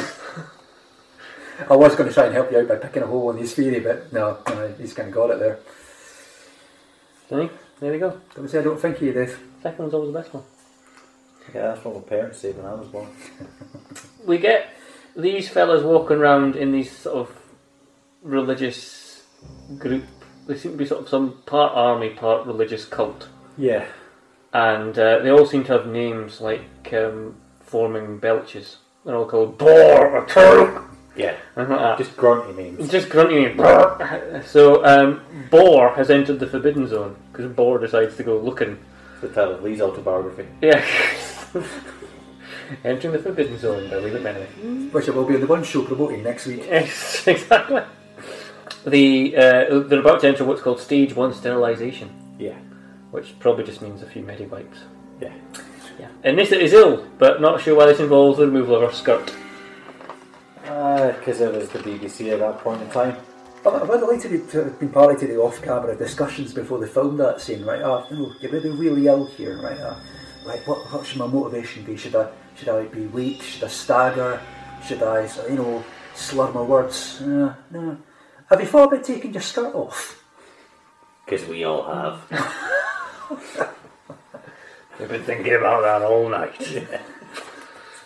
Speaker 2: I was going to try and help you out by picking a hole in his theory, but no, no he's kind of got it there.
Speaker 4: See? There we go.
Speaker 2: Don't say I don't think you, Dave.
Speaker 4: Second one's always the best one.
Speaker 1: Yeah, that's what my parents said when I was born.
Speaker 4: we get these fellas walking around in these sort of religious group. They seem to be sort of some part army, part religious cult,
Speaker 1: Yeah.
Speaker 4: and uh, they all seem to have names like um, forming belches. They're all called Bor or Turk,
Speaker 1: Yeah.
Speaker 4: and like that.
Speaker 1: Just grunty names.
Speaker 4: Just, just grunting. Bor. So um, Bor has entered the forbidden zone because Bor decides to go looking.
Speaker 1: The title of Lee's autobiography.
Speaker 4: Yeah. Entering the forbidden zone by Lee McMenamin.
Speaker 2: Which I will be on the one show promoting next week.
Speaker 4: Yes, exactly. The uh, they're about to enter what's called stage one sterilization,
Speaker 1: Yeah.
Speaker 4: which probably just means a few medi wipes.
Speaker 1: Yeah.
Speaker 4: Yeah. And this is ill, but not sure why this involves the removal of her skirt.
Speaker 1: Because Uh, it was the BBC at that point in time.
Speaker 2: I I would like to, be, to have been party to the off-camera discussions before they filmed that scene. Right, ah, no, get rid of really ill here. Right, ah, right. What, what should my motivation be? Should I, should I like, be weak? Should I stagger? Should I, so- you know, slur my words? Uh, no. Have you thought about taking your skirt off?
Speaker 1: Because we all have.
Speaker 4: I've been thinking about that all night.
Speaker 1: It's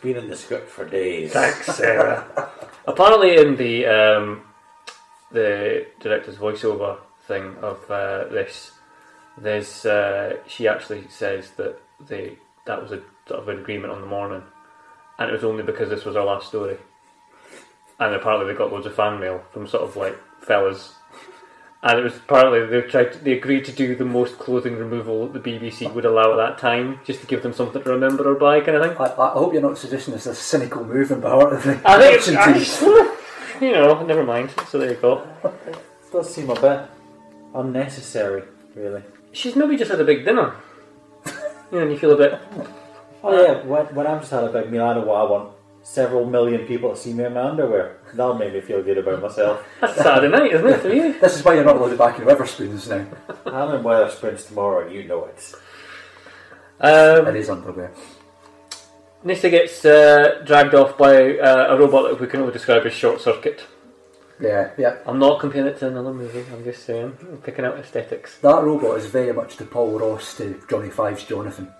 Speaker 1: been in the script for days.
Speaker 4: Thanks, Sarah. Apparently, in the um, the director's voiceover thing of uh, this, there's uh, she actually says that they that was a sort of an agreement on the morning, and it was only because this was our last story, and apparently they got loads of fan mail from sort of like fellas. And it was apparently they tried to, they agreed to do the most clothing removal the BBC would allow at that time, just to give them something to remember her by, kind of thing.
Speaker 2: I, I hope you're not suggesting this is a cynical move on behalf of the
Speaker 4: I think it's,
Speaker 2: production
Speaker 4: I
Speaker 2: team.
Speaker 4: just- you know, never mind. So there you go.
Speaker 1: does seem a bit unnecessary, really.
Speaker 4: She's maybe just had a big dinner. You know, and you feel a bit.
Speaker 1: Oh yeah, when, when I've just had a big meal, I know what I want. Several million people to see me in my underwear. That'll make me feel good about myself.
Speaker 4: That's Saturday night, isn't it, for you?
Speaker 2: This is why you're not allowed back in river spoons now.
Speaker 1: I'm in Weatherspoons tomorrow, you know it.
Speaker 2: It
Speaker 4: Um,
Speaker 2: is underwear.
Speaker 4: Nissa gets uh, dragged off by uh, a robot that we can only describe as Short Circuit.
Speaker 2: Yeah, yeah.
Speaker 4: I'm not comparing it to another movie. I'm just saying, I'm picking out aesthetics.
Speaker 2: That robot is very much to Paul Ross to Johnny Five's Jonathan.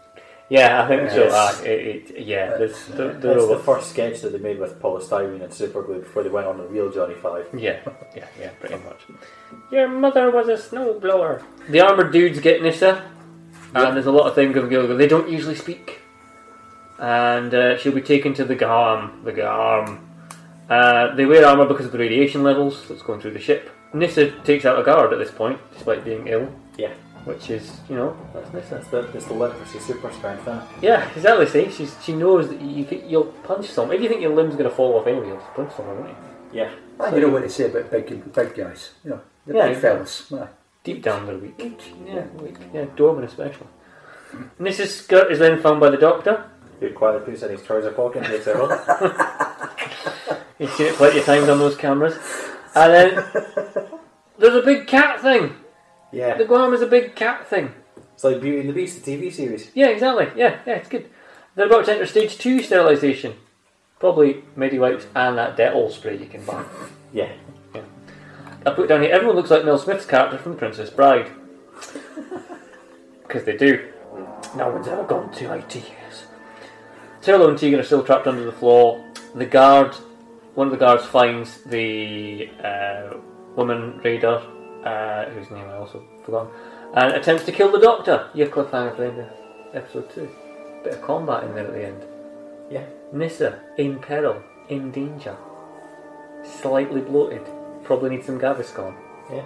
Speaker 4: Yeah, I think so.
Speaker 2: Yes.
Speaker 4: Uh, it, it, yeah, there's the, the
Speaker 1: That's the
Speaker 4: robot.
Speaker 1: first sketch that they made with polystyrene and superglue before they went on the real Johnny Five.
Speaker 4: Yeah, yeah, yeah, pretty much. Your mother was a snowblower. The armored dudes get Nissa, and there's a lot of things going on. They don't usually speak, and uh, she'll be taken to the Garm. The Garm. Uh, they wear armor because of the radiation levels that's going through the ship. Nissa takes out a guard at this point, despite being ill,
Speaker 1: Yeah,
Speaker 4: which is, you know, that's Nissa.
Speaker 1: that's the, that's the leprosy super strength, huh?
Speaker 4: Yeah, exactly. See, she's, she knows that you, c- you'll punch someone. If you think your limb's going to fall off anyway, you'll just punch someone, won't you?
Speaker 1: Yeah.
Speaker 2: And you know what they say about big, big guys, you know, the
Speaker 4: Yeah,
Speaker 2: big fellas. Yeah.
Speaker 4: deep down they're weak. Yeah, weak. Yeah, Dorman especially. Mrs. Skirt is then found by the doctor.
Speaker 1: Dude quietly puts in his trouser pocket and takes it off.
Speaker 4: You've seen it plenty of times on those cameras. And then there's a big cat thing. The
Speaker 1: Yeah.
Speaker 4: Guam is a big cat thing.
Speaker 1: It's like Beauty and the Beast, the TV series.
Speaker 4: Yeah, exactly. Yeah, yeah, it's good. They're about to enter stage two sterilisation. Probably medi wipes and that Dettol spray you can buy.
Speaker 1: Yeah.
Speaker 4: I put down here. Everyone looks like Mel Smith's character from Princess Bride. Because they do. No one's ever gone to IT years. Turlo and Tegan are still trapped under the floor. The guard, one of the guards, finds the uh, woman raider, uh, whose name I also forgot, and attempts to kill the doctor. Your cliffhanger for the end of episode two. Bit of combat in there at the end.
Speaker 1: Yeah.
Speaker 4: Nissa in peril, in danger, slightly bloated. Probably needs some Gaviscon.
Speaker 1: Yeah.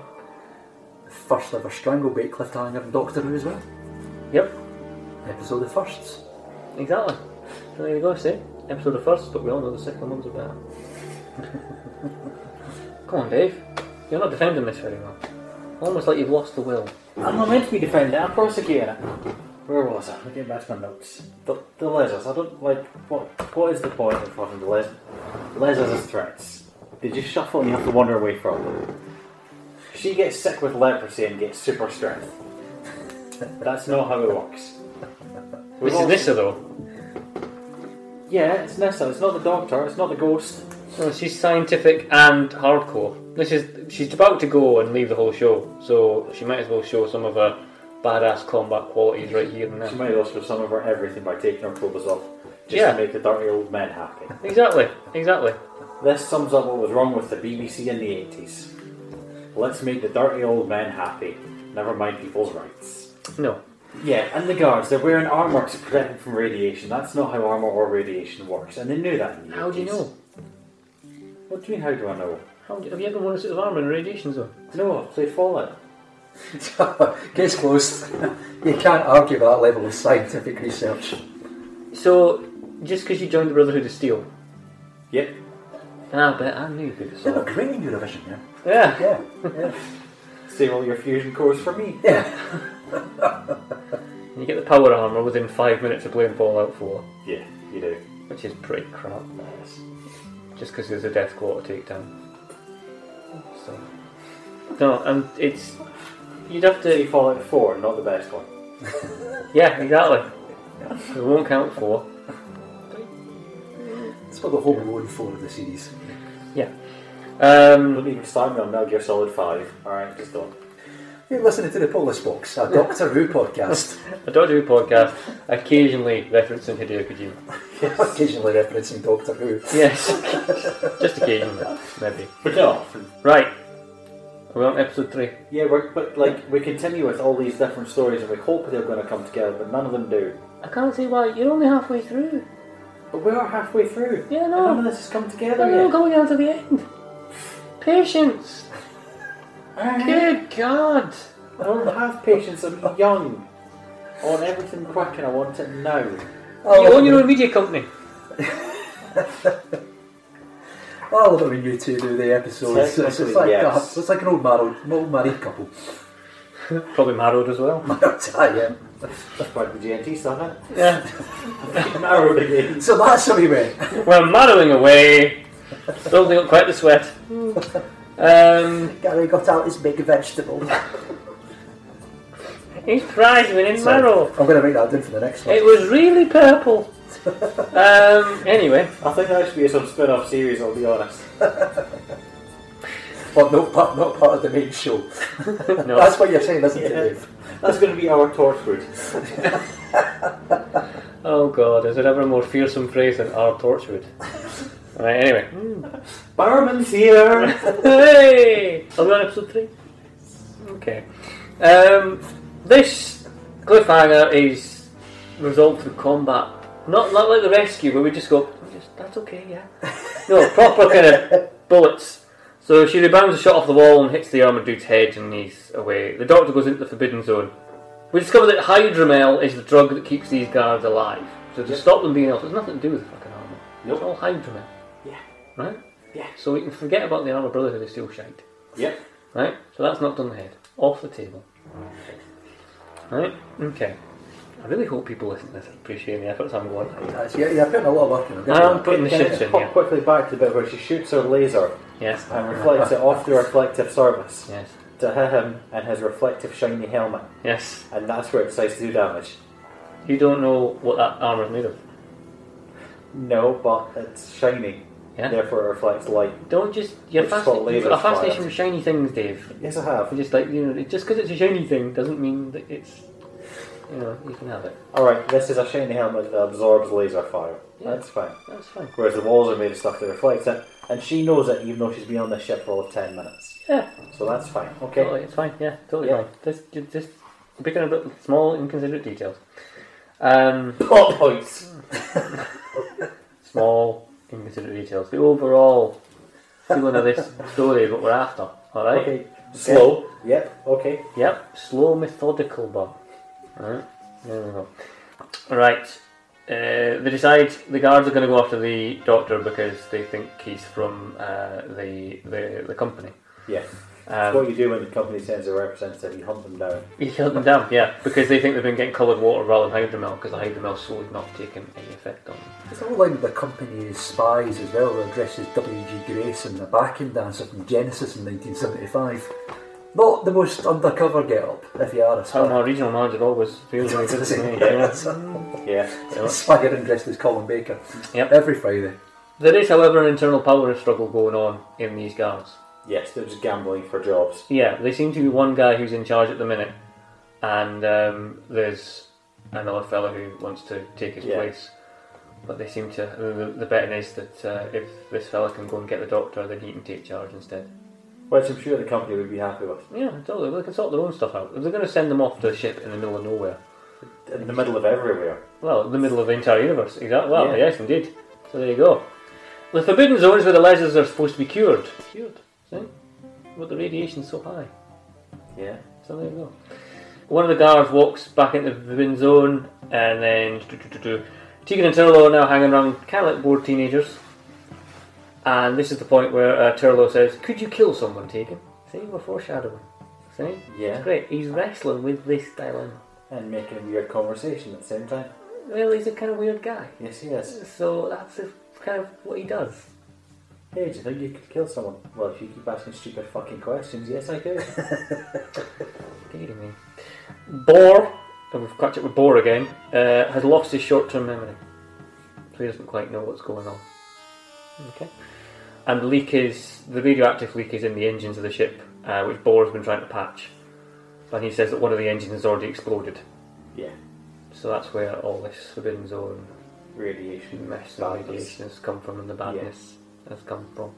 Speaker 2: First ever Stranglebait cliffhanger in Doctor Who as well.
Speaker 4: Yep,
Speaker 2: Episode of firsts.
Speaker 4: exactly. So there you go, see? Episode of first, but we all know the second one's are better. Come on, Dave. You're not defending this very well. Almost like you've lost the will.
Speaker 1: I'm not meant to be defending, I'm prosecuting it. Where was I? I'm getting back to my notes. The, the lesers, I don't like. What What is the point of having the les- lesers as threats? They just shuffle and you have to wander away from them. She gets sick with leprosy and gets super strength. That's not how it works. We've
Speaker 4: This is
Speaker 1: all-
Speaker 4: Nissa, though.
Speaker 1: Yeah, it's Nissa, it's not the doctor, it's not the ghost.
Speaker 4: No, Oh, she's scientific and hardcore. This is she's about to go and leave the whole show, so she might as well show some of her badass combat qualities right here and
Speaker 1: She
Speaker 4: now.
Speaker 1: might also some of her everything by taking her clothes off just
Speaker 4: Yeah.
Speaker 1: to make the dirty old men happy.
Speaker 4: Exactly, exactly.
Speaker 1: This sums up what was wrong with the BBC in the 80s. Let's make the dirty old men happy. Never mind people's rights.
Speaker 4: No,
Speaker 1: Yeah, and the guards, they're wearing armour to protect them from radiation. That's not how armour or radiation works, and they knew that in the
Speaker 4: how do you
Speaker 1: 80s.
Speaker 4: know?
Speaker 1: What do you mean, how do I know?
Speaker 4: How do, have you ever worn a suit of armour in a radiation zone?
Speaker 1: No, I've played Fallout.
Speaker 2: Case closed. you can't argue with that level of scientific research.
Speaker 4: So, just because you joined the Brotherhood of Steel,
Speaker 1: Yep.
Speaker 4: ah, I bet I knew you could have
Speaker 2: They were
Speaker 4: solved.
Speaker 2: great in Eurovision, yeah.
Speaker 4: Yeah,
Speaker 2: Yeah, yeah.
Speaker 1: Save all your fusion cores for me.
Speaker 2: yeah.
Speaker 4: you get the power armour within five minutes of playing Fallout 4,
Speaker 1: Yeah, you do.
Speaker 4: which is pretty crap.
Speaker 1: Yes.
Speaker 4: just because there's a death quarter takedown. So no, and it's you'd have
Speaker 1: Say
Speaker 4: to
Speaker 1: Fallout 4, not the best one.
Speaker 4: yeah exactly. It won't count for
Speaker 2: It's about the whole Alone 4 of the series.
Speaker 4: yeah. Um,
Speaker 1: Don't even start me on Metal Gear Solid 5. Alright, just don't.
Speaker 2: You're listening to the Polis Box, a Doctor Who podcast,
Speaker 4: a Doctor Who podcast occasionally referencing Hideo Kojima.
Speaker 2: occasionally referencing Doctor Who.
Speaker 4: Yes, just occasionally maybe.
Speaker 1: But no, often.
Speaker 4: Right, are we on episode three?
Speaker 1: Yeah, we're, but like we continue with all these different stories, and we hope they're going to come together, but none of them do.
Speaker 4: I can't see why you're only halfway through.
Speaker 1: But we are halfway through.
Speaker 4: Yeah,
Speaker 1: and
Speaker 4: no.
Speaker 1: None of this has come together
Speaker 4: We're all
Speaker 1: yet.
Speaker 4: going on to the end. Patience. Good God.
Speaker 1: I don't have patience. I'm young. I want everything quick, and I want it now.
Speaker 4: You own your own media company.
Speaker 2: I love it when you two do the episodes. It's, it's like,
Speaker 1: Technically, yes.
Speaker 2: a, it's like an old married, an old married couple.
Speaker 4: Probably Marrowed as well.
Speaker 2: yeah.
Speaker 1: That's part of the GNT stuff, isn't it?
Speaker 4: Yeah.
Speaker 1: Narrowed again.
Speaker 2: So that's how we went.
Speaker 4: We're marrowing away, building up quite the sweat. Um,
Speaker 2: Gary got out his big vegetable. I'm
Speaker 4: he's prize winning marrow.
Speaker 2: going to make that down for the next one.
Speaker 4: It was really purple. Um, anyway,
Speaker 1: I think that should be some spin-off series. I'll be honest.
Speaker 2: But not part, not part of the main show.
Speaker 4: no.
Speaker 2: That's what you're saying, isn't
Speaker 1: Yeah.
Speaker 2: it, Dave?
Speaker 1: That's going to be our Torchwood.
Speaker 4: Oh god, is there ever a more fearsome phrase than our Torchwood? Right, anyway.
Speaker 1: Barman's here.
Speaker 4: Hey! Are we on episode 3? Okay. Um, this cliffhanger is resolved through combat. Not, not like the rescue where we just go, just, that's okay, yeah. No, proper kind of bullets. So she rebounds a shot off the wall and hits the armoured dude's head and he's away. The doctor goes into the forbidden zone. We discover that hydromel is the drug that keeps these guards alive. So to stop them being else, it's nothing to do with the fucking armour. It's all hydromel.
Speaker 1: Yeah.
Speaker 4: Right?
Speaker 1: Yeah.
Speaker 4: So we can forget about the armour brotherhood of steel shite.
Speaker 1: Yep.
Speaker 4: Right? So that's knocked on the head. Off the table. Right? Okay. I really hope people listen to this and appreciate the efforts I'm going to.
Speaker 2: That's, you're, you're putting a lot of work in. I'm
Speaker 4: I'm
Speaker 2: gonna-
Speaker 4: putting the
Speaker 1: Can I
Speaker 4: shifts
Speaker 1: just
Speaker 4: in,
Speaker 1: pop
Speaker 4: yeah.
Speaker 1: quickly back to the bit where she shoots her laser
Speaker 4: Yes.
Speaker 1: and reflects it off the reflective surface
Speaker 4: Yes.
Speaker 1: to hit him and his reflective shiny helmet,
Speaker 4: Yes.
Speaker 1: and that's where it decides to do damage.
Speaker 4: You don't know what that armour's made of.
Speaker 1: No, but it's shiny,
Speaker 4: Yeah?
Speaker 1: therefore it reflects light.
Speaker 4: Don't just. You're
Speaker 1: Which is what
Speaker 4: fascinated. You've
Speaker 1: lasers
Speaker 4: got a fascination
Speaker 1: fire.
Speaker 4: with shiny things, Dave.
Speaker 1: Yes, I
Speaker 4: You're
Speaker 1: have.
Speaker 4: just like, you know, just because it's a shiny thing doesn't mean that it's. You know, you can have it.
Speaker 1: Alright, this is a shiny helmet that absorbs laser fire.
Speaker 4: Yeah.
Speaker 1: That's fine.
Speaker 4: That's fine.
Speaker 1: Whereas the walls are made of stuff that reflects it, and she knows it even though she's been on this ship for all of 10 minutes.
Speaker 4: Yeah.
Speaker 1: So that's fine, okay?
Speaker 4: Totally, it's fine. Yeah, totally
Speaker 1: Yeah.
Speaker 4: fine. Just, ju- just picking up the small inconsiderate details. Um,
Speaker 1: Plot points!
Speaker 4: small inconsiderate details. The overall feeling of this story is what we're after. All right.
Speaker 1: Okay. Slow. Yep, okay.
Speaker 4: Yep. Slow, methodical, Bob. All right. There we go. All right. Uh, they decide the guards are going to go after the doctor because they think he's from uh, the, the the company.
Speaker 1: Yeah. It's
Speaker 4: Um,
Speaker 1: what you do when the company sends a representative, you hunt them down.
Speaker 4: You killed them down, yeah, because they think they've been getting coloured water rather than hydromel, because the hydromel slowly not taking any effect on them.
Speaker 2: There's a whole line of the company's spies as well that addresses W.G. Grace and the backing dancer from Genesis in 1975. Not the most undercover get up, if you are a
Speaker 4: Oh
Speaker 2: spy.
Speaker 4: no, regional manager always feels really good to me. yeah.
Speaker 1: Yeah.
Speaker 2: Swagger and dressed as Colin Baker
Speaker 4: Yep.
Speaker 2: every Friday.
Speaker 4: There is, however, an internal power struggle going on in these guards.
Speaker 1: Yes, they're just gambling for jobs.
Speaker 4: Yeah, they seem to be one guy who's in charge at the minute, and um, there's another fellow who wants to take his
Speaker 1: Yeah.
Speaker 4: place. But they seem to. The, the betting is that uh, if this fella can go and get the doctor, then he can take charge instead.
Speaker 1: Which I'm sure the company would be happy with.
Speaker 4: Yeah, totally. They can sort their own stuff out. If they're going to send them off to a ship in the middle of nowhere,
Speaker 1: In the middle of everywhere.
Speaker 4: Well, the middle of the entire universe, exactly. Well,
Speaker 1: Yeah.
Speaker 4: yes, indeed. So there you go. The forbidden zones where the lasers are supposed to be cured. Cured, see? But the radiation's so high.
Speaker 1: Yeah.
Speaker 4: So there you go. One of the guards walks back into the forbidden zone, and then Tegan and Turlo are now hanging around, kind of like bored teenagers. And this is the point where uh, Turlo says, "Could you kill someone, Tegan?" See, we're foreshadowing. See,
Speaker 1: Yeah.
Speaker 4: it's great. He's wrestling with this dilemma.
Speaker 1: And making a weird conversation at the same time.
Speaker 4: Well, he's a kind of weird guy.
Speaker 1: Yes, he is.
Speaker 4: So that's the- kind of what he does.
Speaker 1: Hey, do you think you could kill someone? Well, if you keep asking stupid fucking questions, yes, I could.
Speaker 4: Kidding me. Boar, and we've catch up with Boar again, uh, has lost his short term memory. So he doesn't quite know what's going on. Okay. And the leak is, the radioactive leak is in the engines of the ship, uh, which Boar's been trying to patch. And he says that one of the engines has already exploded.
Speaker 1: yeah.
Speaker 4: So that's where all this Forbidden Zone
Speaker 1: Radiation.
Speaker 4: mess and
Speaker 1: Badness.
Speaker 4: radiation has come from and the badness has come from.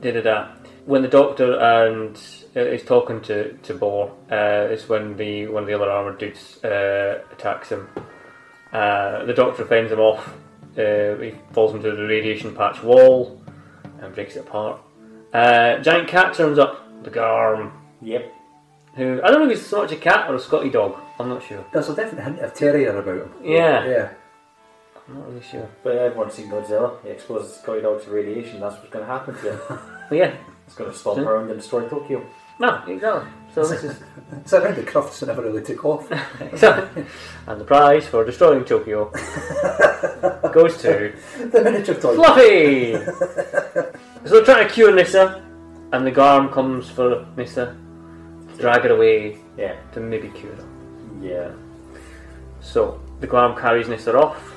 Speaker 4: Da da da. When the doctor and uh, is talking to to Boar, uh, is when the one of the other armored dudes uh, attacks him. Uh, the doctor fends him off. Uh, he falls into the radiation patch wall and breaks it apart. Uh, giant cat turns up. The Garm,
Speaker 1: Yep.
Speaker 4: who I don't know if he's so much a cat or a Scotty dog. I'm not sure.
Speaker 2: There's a definite hint of terrier about him.
Speaker 4: Yeah,
Speaker 2: Yeah.
Speaker 4: I'm not really sure.
Speaker 1: But everyone's seen Godzilla. He exposes his toy dog to radiation. That's what's going to happen to him.
Speaker 4: But yeah,
Speaker 1: it's going to stomp around and destroy Tokyo.
Speaker 4: no, exactly. So this is
Speaker 2: It's around the crufts that never really took off.
Speaker 4: So- and the prize for destroying Tokyo goes to
Speaker 2: the miniature toy.
Speaker 4: Fluffy! so they're trying to cure Nissa, and the Garm comes for Nissa, drag her away
Speaker 1: Yeah.
Speaker 4: to maybe cure her.
Speaker 1: Yeah.
Speaker 4: So the Garm carries Nissa off,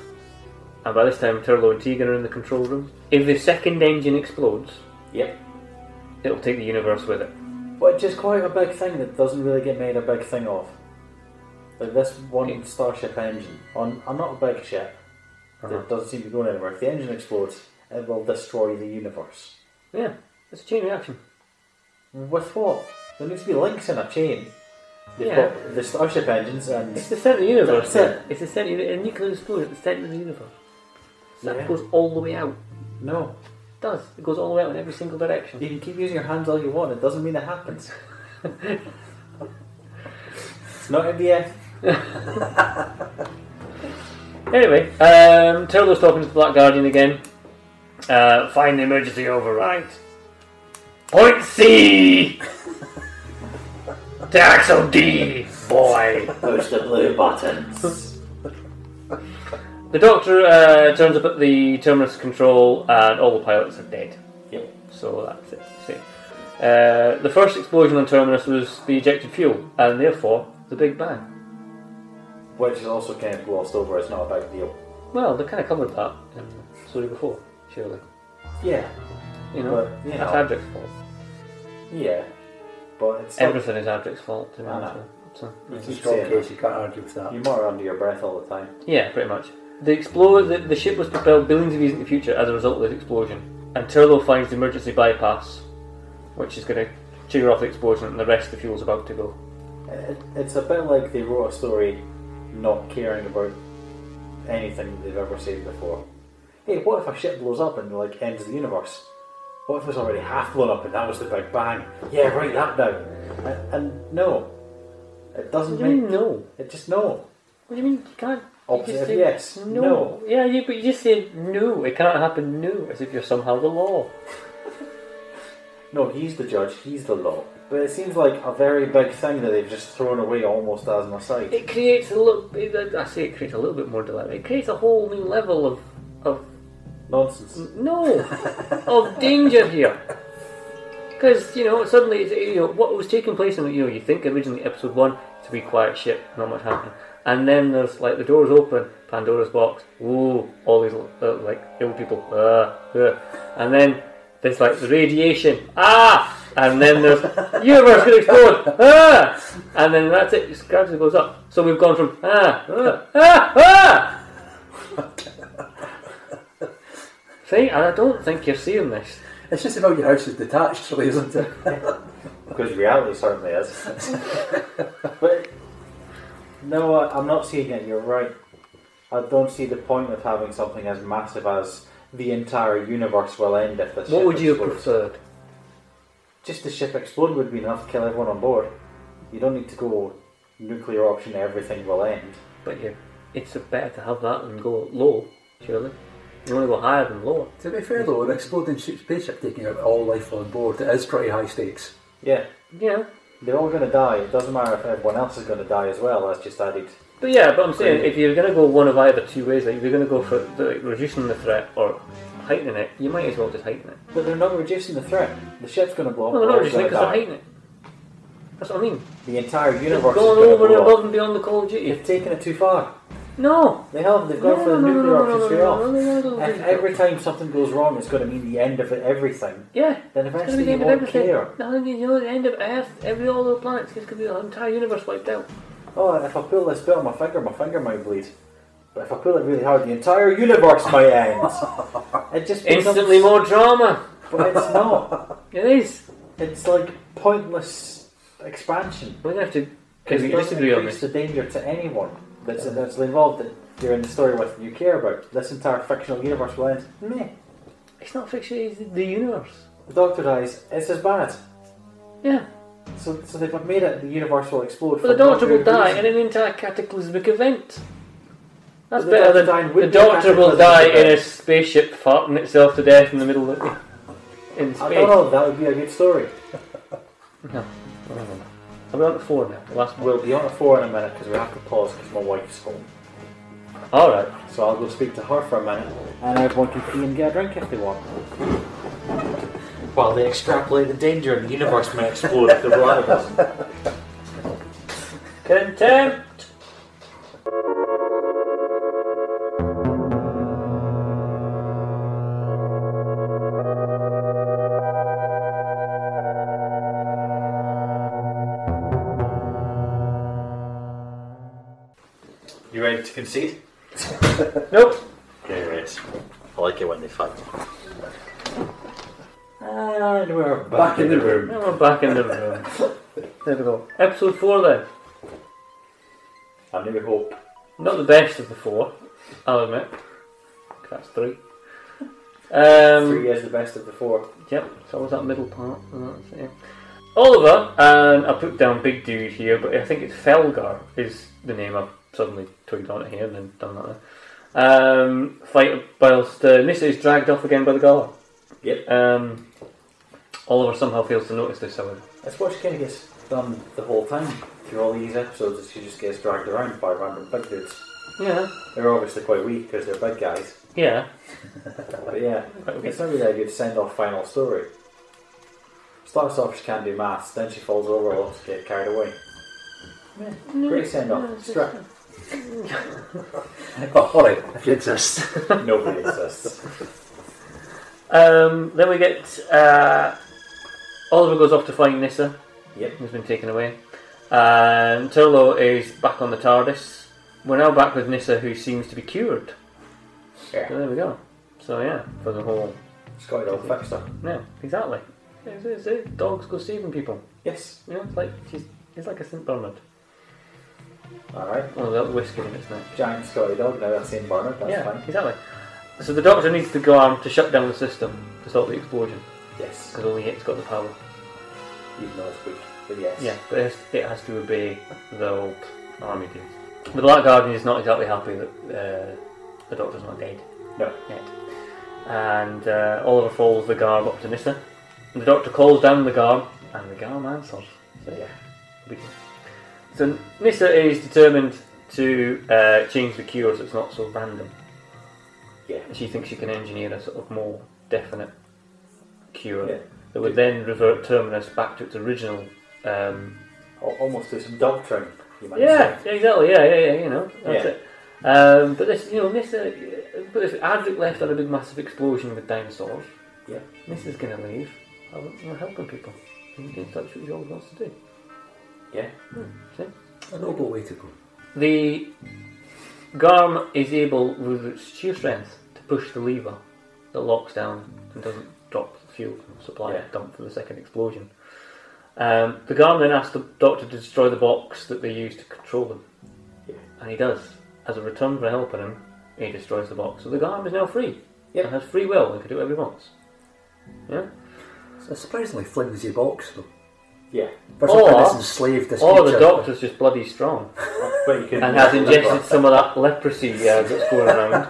Speaker 4: and by this time Turlo and Tegan are in the control room. If the second engine explodes,
Speaker 1: Yep.
Speaker 4: it'll take the universe with it.
Speaker 1: Which is quite a big thing that doesn't really get made a big thing of. Like this one
Speaker 4: Yeah.
Speaker 1: starship engine on i not a big ship that doesn't seem to be going anywhere. If the engine explodes, it will destroy the universe.
Speaker 4: Yeah, it's a chain reaction.
Speaker 1: With what? There needs to be links in a chain. They've
Speaker 4: Yeah.
Speaker 1: got the starship engines and
Speaker 4: It's the centre of the universe.
Speaker 1: That's it.
Speaker 4: It's the centre. of the- A nuclear explosion at the centre of the universe. So
Speaker 1: Yeah.
Speaker 4: that goes all the way out.
Speaker 1: no.
Speaker 4: does. It goes all the way out in every single direction.
Speaker 1: You can keep using your hands all you want, it doesn't mean it happens. it's not MDF.
Speaker 4: Anyway, um, Turtle's talking to the Black Guardian again. Uh, find the emergency override. Point C! to axle D, boy!
Speaker 1: Push the blue buttons.
Speaker 4: The doctor uh, turns up at the terminus control and all the pilots are dead.
Speaker 1: Yep.
Speaker 4: So that's it. See. Uh, the first explosion on terminus was the ejected fuel and therefore the Big Bang.
Speaker 1: Which is also kind of glossed over, it's not a big deal.
Speaker 4: Well, they kind of covered that in the story before, surely.
Speaker 1: Yeah.
Speaker 4: You know,
Speaker 1: But, you
Speaker 4: that's
Speaker 1: know.
Speaker 4: Adric's fault.
Speaker 1: Yeah. But it's not-
Speaker 4: Everything is Adric's fault. To be
Speaker 1: I
Speaker 4: honest
Speaker 1: know.
Speaker 4: with you. So,
Speaker 2: It's a strong case, you can't argue with
Speaker 1: You
Speaker 2: that.
Speaker 1: mutter under your breath all the time.
Speaker 4: yeah, pretty much. The explorer, the, the ship was propelled billions of years into the future as a result of this explosion. And Turlo finds the emergency bypass, which is going to trigger off the explosion, and the rest of the fuel's about to go.
Speaker 1: It, it's a bit like they wrote a story not caring about anything they've ever seen before. Hey, what if a ship blows up and like ends the universe? What if it's already half blown up and that was the Big Bang? Yeah, write that down. And, and no, it doesn't
Speaker 4: What do you mean
Speaker 1: make
Speaker 4: no?
Speaker 1: it just no.
Speaker 4: What do you mean you can't? You
Speaker 1: Opposite
Speaker 4: just
Speaker 1: of
Speaker 4: say
Speaker 1: yes,
Speaker 4: No.
Speaker 1: no.
Speaker 4: Yeah, you, but you just say no. It can't happen. No, as if you're somehow the law.
Speaker 1: No, he's the judge. He's the law. But it seems like a very big thing that they've just thrown away almost as an aside.
Speaker 4: It creates a little. It, I say it creates a little bit more dilemma. It creates a whole new level of of
Speaker 1: Nonsense.
Speaker 4: No, of danger here. Because you know, suddenly it's- you know what was taking place in you know you think originally episode one to be quiet ship, not much happening. And then there's like the doors open, Pandora's box. Ooh, all these uh, like ill people. Uh, uh. And then there's like the radiation. Ah, and then there's universe gonna explode. Ah, and then that's it. It gradually goes up. So we've gone from ah, ah, ah, ah. See, and I don't think you're seeing this.
Speaker 2: It's just about your house is detached, really, isn't it?
Speaker 1: Because reality certainly is. but no, I, I'm not seeing it. You're right. I don't see the point of having something as massive as the entire universe will end if this.
Speaker 4: What
Speaker 1: ship
Speaker 4: would you have
Speaker 1: explodes.
Speaker 4: preferred?
Speaker 1: Just the ship explode would be enough to kill everyone on board. You don't need to go nuclear option. Everything will end.
Speaker 4: But you, it's better to have that than go low, surely. You want to go higher than lower.
Speaker 2: to be fair though, an exploding ship- spaceship taking out all life on board, it is pretty high stakes.
Speaker 1: Yeah,
Speaker 4: Yeah.
Speaker 1: they're all going to die. It doesn't matter if everyone else is going to die as well. That's just added.
Speaker 4: But yeah, but I'm saying if you're going to go one of either two ways, like if you're going to go for like, reducing the threat or heightening it, you might as well just heighten it.
Speaker 1: But they're not reducing the threat. The ship's going to blow up.
Speaker 4: No, they're not
Speaker 1: we're all
Speaker 4: reducing it
Speaker 1: gonna
Speaker 4: because they're
Speaker 1: die.
Speaker 4: heightening it. That's what I mean.
Speaker 1: The entire
Speaker 4: They've
Speaker 1: universe
Speaker 4: gone
Speaker 1: is going to
Speaker 4: over and
Speaker 1: blow
Speaker 4: above
Speaker 1: up.
Speaker 4: and beyond the Call of Duty.
Speaker 1: They've taken it too far.
Speaker 4: No.
Speaker 1: They have. They've gone
Speaker 4: No,
Speaker 1: for the
Speaker 4: no, no,
Speaker 1: nuclear
Speaker 4: no,
Speaker 1: option
Speaker 4: no,
Speaker 1: straight
Speaker 4: no,
Speaker 1: off.
Speaker 4: no, no, no, no,
Speaker 1: If
Speaker 4: no.
Speaker 1: every time something goes wrong, it's going to mean the end of everything.
Speaker 4: Yeah.
Speaker 1: Then
Speaker 4: It's gonna
Speaker 1: eventually
Speaker 4: be the
Speaker 1: you
Speaker 4: end of
Speaker 1: won't
Speaker 4: everything.
Speaker 1: care.
Speaker 4: No, you know, the end of Earth, every all the planets, it's going to be the entire universe wiped out.
Speaker 1: Oh, if I pull this bit on my finger, my finger might bleed. But if I pull it really hard, the entire universe might end. It just becomes-
Speaker 4: Instantly more drama.
Speaker 1: But it's not.
Speaker 4: It is.
Speaker 1: It's like pointless expansion.
Speaker 4: We're going to have to.
Speaker 1: Because
Speaker 4: we
Speaker 1: it doesn't
Speaker 4: disagree on
Speaker 1: increase
Speaker 4: this.
Speaker 1: the danger to anyone that's, that's involved that you're in the story with and you care about. This entire fictional universe will end. Meh.
Speaker 4: It's not fiction, it's the universe.
Speaker 1: The doctor dies, it's as bad.
Speaker 4: Yeah.
Speaker 1: So, so they've made it the universe will explode.
Speaker 4: But the Doctor will die in an entire cataclysmic event.
Speaker 1: But
Speaker 4: That's
Speaker 1: the
Speaker 4: better
Speaker 1: Doctor
Speaker 4: than
Speaker 1: dying
Speaker 4: the
Speaker 1: would be a
Speaker 4: Doctor will
Speaker 1: cataclysmic
Speaker 4: die in a
Speaker 1: event.
Speaker 4: spaceship farting itself to death in the middle of in
Speaker 1: I
Speaker 4: space.
Speaker 1: don't know. That would be a good story.
Speaker 4: Are we on to four now? The last one.
Speaker 1: We'll be on at four in a minute because we have to pause because my wife's home.
Speaker 4: All right.
Speaker 1: So I'll go speak to her for a minute, and everyone can pee and get a drink if they want. While they extrapolate the danger, and the universe may explode if they're out of us.
Speaker 4: Contempt.
Speaker 1: You ready to concede?
Speaker 4: Nope.
Speaker 1: Okay, right. I like it when they fight. Ah, And we're back, in the room.
Speaker 4: Now we're back in the room. there we go. Episode four then.
Speaker 1: I knew hope.
Speaker 4: Not the best of the four, I'll admit. That's three. Um,
Speaker 1: Three is the best of the four.
Speaker 4: Yep, so was that middle part. and that's it. Oliver, and I put down Big Dude here, but I think it's Felgar is the name I've suddenly twigged on it here and then done that there. Um, fight whilst uh, Nissa is dragged off again by the gala.
Speaker 1: Yep.
Speaker 4: Um, Oliver somehow fails to notice this, however.
Speaker 1: That's what she kind of gets done the whole time through all these episodes. Is she just gets dragged around by random big dudes.
Speaker 4: Yeah.
Speaker 1: They're obviously quite weak because they're big guys.
Speaker 4: Yeah.
Speaker 1: But yeah, it's not really a good send-off final story. Starts off she can't do maths, then she falls over a lot to get carried away. Great send-off. Strap.
Speaker 2: Oh, hurry, if you exist.
Speaker 1: Nobody exists.
Speaker 4: Um, then we get uh, Oliver goes off to find Nissa.
Speaker 1: Yep.
Speaker 4: who's been taken away. And Turlo is back on the TARDIS. We're now back with Nissa, who seems to be cured. So
Speaker 1: Yeah.
Speaker 4: there we go. So yeah, for the whole.
Speaker 1: She's got it all fixed up.
Speaker 4: Yeah, exactly. It's, it's, it's dogs go saving people.
Speaker 1: Yes.
Speaker 4: You know, it's like she's it's like a St Bernard.
Speaker 1: Alright.
Speaker 4: Oh, that whisker in its neck.
Speaker 1: Giant Scotty dog, now that's St. Bernard, that's
Speaker 4: yeah,
Speaker 1: fine.
Speaker 4: exactly. So the Doctor needs the Garm to shut down the system to stop the explosion
Speaker 1: Yes.
Speaker 4: because only it's got the power.
Speaker 1: Even though it's weak, but yes.
Speaker 4: Yeah, but it has, it has to obey the old army dudes. The Black Guardian is not exactly happy that uh, the Doctor's not dead.
Speaker 1: No.
Speaker 4: Yet. And uh, Oliver follows the garb up to Nissa. And the Doctor calls down the garb, and the garb answers. So yeah, we do. So Nissa is determined to uh, change the cure so it's not so random.
Speaker 1: Yeah.
Speaker 4: She thinks she can engineer a sort of more definite cure
Speaker 1: Yeah.
Speaker 4: that would then revert Terminus back to its original um,
Speaker 1: Al- Almost do some doctoring. you might
Speaker 4: Yeah,
Speaker 1: say.
Speaker 4: yeah, exactly. Yeah, yeah, yeah. You know, that's
Speaker 1: Yeah.
Speaker 4: it. Um, but this, you know, this. Uh, but if Adric left on a big massive explosion with dinosaurs,
Speaker 1: Yeah.
Speaker 4: this is going to leave. I'm you know, helping people. And doing that's what he always wants to do.
Speaker 1: Yeah.
Speaker 4: See?
Speaker 2: A noble way to go.
Speaker 4: The Garm is able, with its sheer strength, to push the lever that locks down and doesn't drop the fuel supply
Speaker 1: Yeah.
Speaker 4: dump for the second explosion. Um, the Garm then asks the Doctor to destroy the box that they use to control them.
Speaker 1: Yeah.
Speaker 4: And he does. As a return for helping him, he destroys the box. So the Garm is now free.
Speaker 1: Yeah.
Speaker 4: And has free will and can do whatever he wants. Yeah?
Speaker 2: It's a surprisingly flimsy box, though.
Speaker 1: Yeah.
Speaker 2: First
Speaker 4: Or-
Speaker 2: of all, it's enslaved this
Speaker 4: Or the
Speaker 2: creature.
Speaker 4: Doctor's just bloody strong.
Speaker 1: But you can
Speaker 4: and has ingested some of that leprosy uh, that's going around,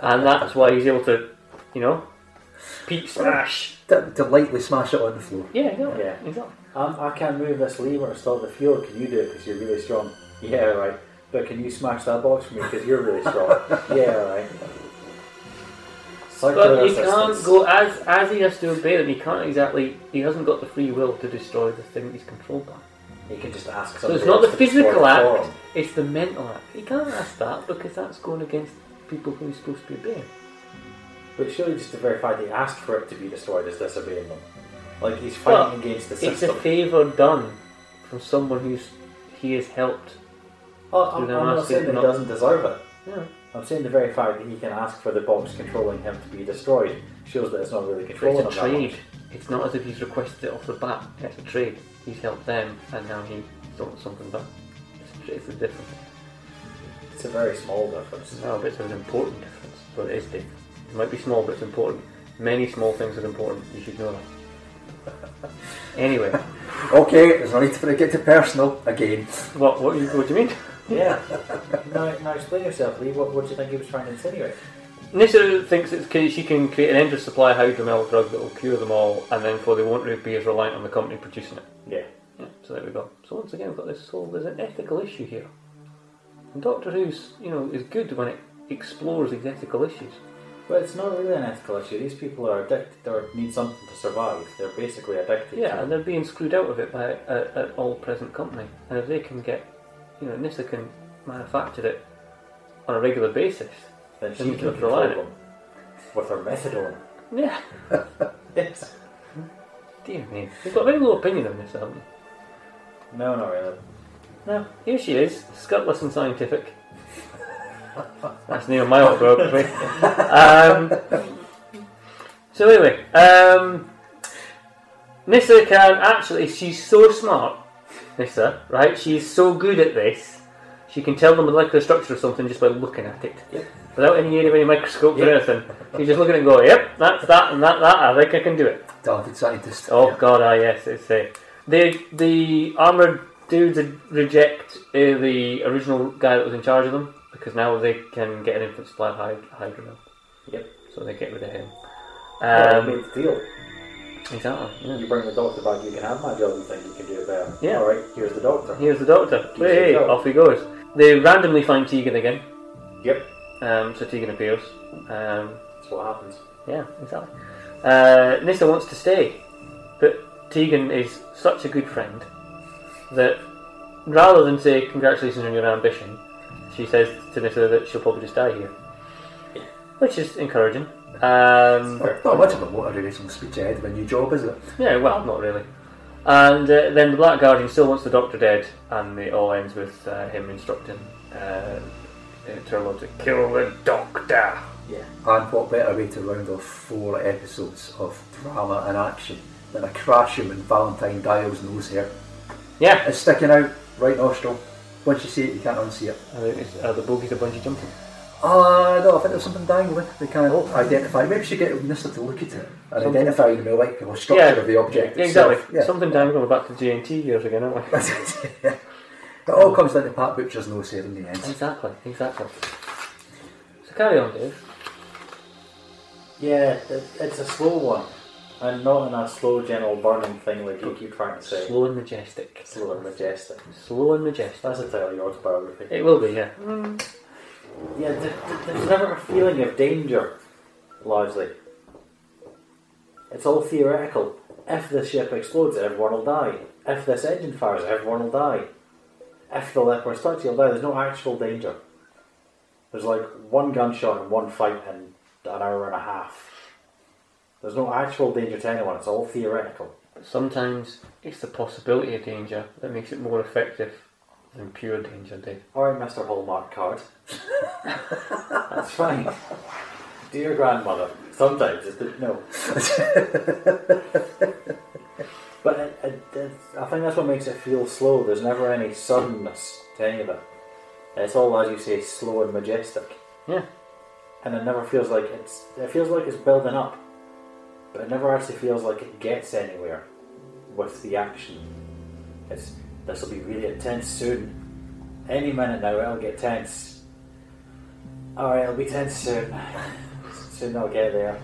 Speaker 4: and that's why he's able to, you know, peep smash.
Speaker 2: To, to lightly smash it on the floor.
Speaker 4: Yeah, exactly.
Speaker 1: Yeah.
Speaker 4: exactly.
Speaker 1: Um, I can't move this lever to stop the fuel. Can you do it? Because you're really strong. Yeah, right. But can you smash that box for me? Because you're really strong. yeah, right.
Speaker 4: But he
Speaker 1: Psychoresistance.
Speaker 4: can't go as as he has to obey them. He can't exactly. He hasn't got the free will to destroy the thing he's controlled by.
Speaker 1: You can just ask
Speaker 4: So
Speaker 1: somebody.
Speaker 4: it's not the
Speaker 1: else to destroy
Speaker 4: physical
Speaker 1: the forum.
Speaker 4: act; it's the mental act. He can't ask that because that's going against people who he's supposed to be obeying.
Speaker 1: But surely just to verify they asked for it to be destroyed is disobeying them. Like he's
Speaker 4: Well,
Speaker 1: fighting against the
Speaker 4: It's a
Speaker 1: system.
Speaker 4: favour done from someone who's he has helped.
Speaker 1: Oh, I'm, I'm
Speaker 4: They're
Speaker 1: not
Speaker 4: asking
Speaker 1: saying that he
Speaker 4: not-
Speaker 1: doesn't deserve it.
Speaker 4: Yeah.
Speaker 1: I'm saying the very fact that he can ask for the box controlling him to be destroyed shows that it's not really
Speaker 4: But
Speaker 1: controlling him.
Speaker 4: it's a
Speaker 1: that much.
Speaker 4: trade. It's not as if he's requested it off the bat. It's a trade. He's helped them, and now he wants something back. It's a, tra- it's a difference.
Speaker 1: It's a very small difference.
Speaker 4: No, but it's an important difference. But it is different. It might be small, but it's important. Many small things are important. You should know that. anyway,
Speaker 2: Okay, there's no need for it to get too personal again.
Speaker 4: what what you what do you mean?
Speaker 1: Yeah. now, now explain yourself, Lee. What, what do you think he was trying to insinuate?
Speaker 4: Nissa thinks it's, ca- she can create an endless supply of hydromel drug that will cure them all, and therefore they won't re- be as reliant on the company producing it.
Speaker 1: Yeah.
Speaker 4: Yeah, so there we go. So once again, we've got this whole there's an ethical issue here. And Doctor Who's you know is good when it explores these ethical issues.
Speaker 1: But it's not really an ethical issue. These people are addicted or need something to survive. They're basically addicted
Speaker 4: Yeah, and
Speaker 1: to
Speaker 4: they're being screwed out of it by a- an all-present company. And if they can get, you know, Nissa can manufacture it on a regular basis.
Speaker 1: Then she
Speaker 4: and
Speaker 1: can
Speaker 4: they're
Speaker 1: control
Speaker 4: reliant.
Speaker 1: them with her methadone.
Speaker 4: Yeah,
Speaker 1: Yes.
Speaker 4: dear me, we've got a very low opinion of Nissa, haven't we?
Speaker 1: No, not really.
Speaker 4: Now here she is, scurtless and scientific. That's near my autobiography. um, so anyway, um, Nissa can actually. She's so smart, Nissa. Right? She's so good at this. She can tell the molecular structure of something just by looking at it, without any aid of any microscope or
Speaker 1: Yeah.
Speaker 4: anything. You just look at it and go, "Yep, that's that and that that. I think I can do it."
Speaker 2: Talented scientist.
Speaker 4: Oh god, ah yes, it's a the the armored dudes reject uh, the original guy that was in charge of them because now they can get an infinite supply of hyd- hydrogen,
Speaker 1: Yep.
Speaker 4: so they get rid of him.
Speaker 1: Yeah, we
Speaker 4: Um,
Speaker 1: made the deal.
Speaker 4: exactly. yeah.
Speaker 1: You bring the doctor back, you can have my job, you think you can do it better.
Speaker 4: Yeah.
Speaker 1: Alright, here's the doctor.
Speaker 4: Here's the doctor.
Speaker 1: Here's the
Speaker 4: Hey,
Speaker 1: doctor.
Speaker 4: off he goes. They randomly find Tegan again.
Speaker 1: Yep.
Speaker 4: Um, so Tegan appears. Um,
Speaker 1: That's what happens.
Speaker 4: yeah, exactly. Uh, Nissa wants to stay, but Tegan is such a good friend that rather than say congratulations on your ambition, she says to Nissa that she'll probably just die here, which is encouraging. Um,
Speaker 2: Not- Not much of a motivational speech ahead of a new job, is it?
Speaker 4: yeah, well, not really. And uh, then the Black Guardian still wants the Doctor dead, and it all ends with uh, him instructing uh, Turlo to kill the Doctor.
Speaker 2: And what better way to round off four episodes of drama and action than a crash him in Valentine Dial's nose hair?
Speaker 4: Yeah,
Speaker 2: It's sticking out, right nostril. Once you see it, you can't unsee it.
Speaker 4: I think it's- are the bogies a bungee jumping?
Speaker 2: Ah, no, I think there's something dangling. They can't identify. Maybe she get Nissa to look at it and identify the molecular structure of the object.
Speaker 4: Yeah,
Speaker 2: itself.
Speaker 4: exactly. Something down going back to GNT years again, aren't we?
Speaker 2: Yeah. it all comes down to Pat Butcher's nose hair in the end.
Speaker 4: exactly, exactly. So carry on, Dave.
Speaker 1: Yeah, it, it's a slow one. And not in a slow, general burning thing like you keep trying to say.
Speaker 4: Slow and majestic.
Speaker 1: Slow and majestic.
Speaker 4: Slow and majestic.
Speaker 1: That's the title of your autobiography.
Speaker 4: It will be, yeah.
Speaker 1: Yeah, th- th- there's never a feeling of danger, largely. It's all theoretical. If this ship explodes, everyone will die. If this engine fires, everyone will die. if the leper starts, you'll die. There's no actual danger. There's like one gunshot and one fight in an hour and a half. There's no actual danger to anyone. It's all theoretical.
Speaker 4: Sometimes it's the possibility of danger that makes it more effective than pure danger, Dave.
Speaker 1: All right, Mr. Hallmark card. That's fine. Dear grandmother, sometimes it's the- no. but it, it, it's- I think that's what makes it feel slow. There's never any suddenness to any of it. It's all, as you say, slow and majestic.
Speaker 4: Yeah.
Speaker 1: And it never feels like it's. It feels like it's building up, but it never actually feels like it gets anywhere with the action. It's this will be really intense soon. Any minute now, it'll get tense. All right, it'll be tense soon. soon I'll get there.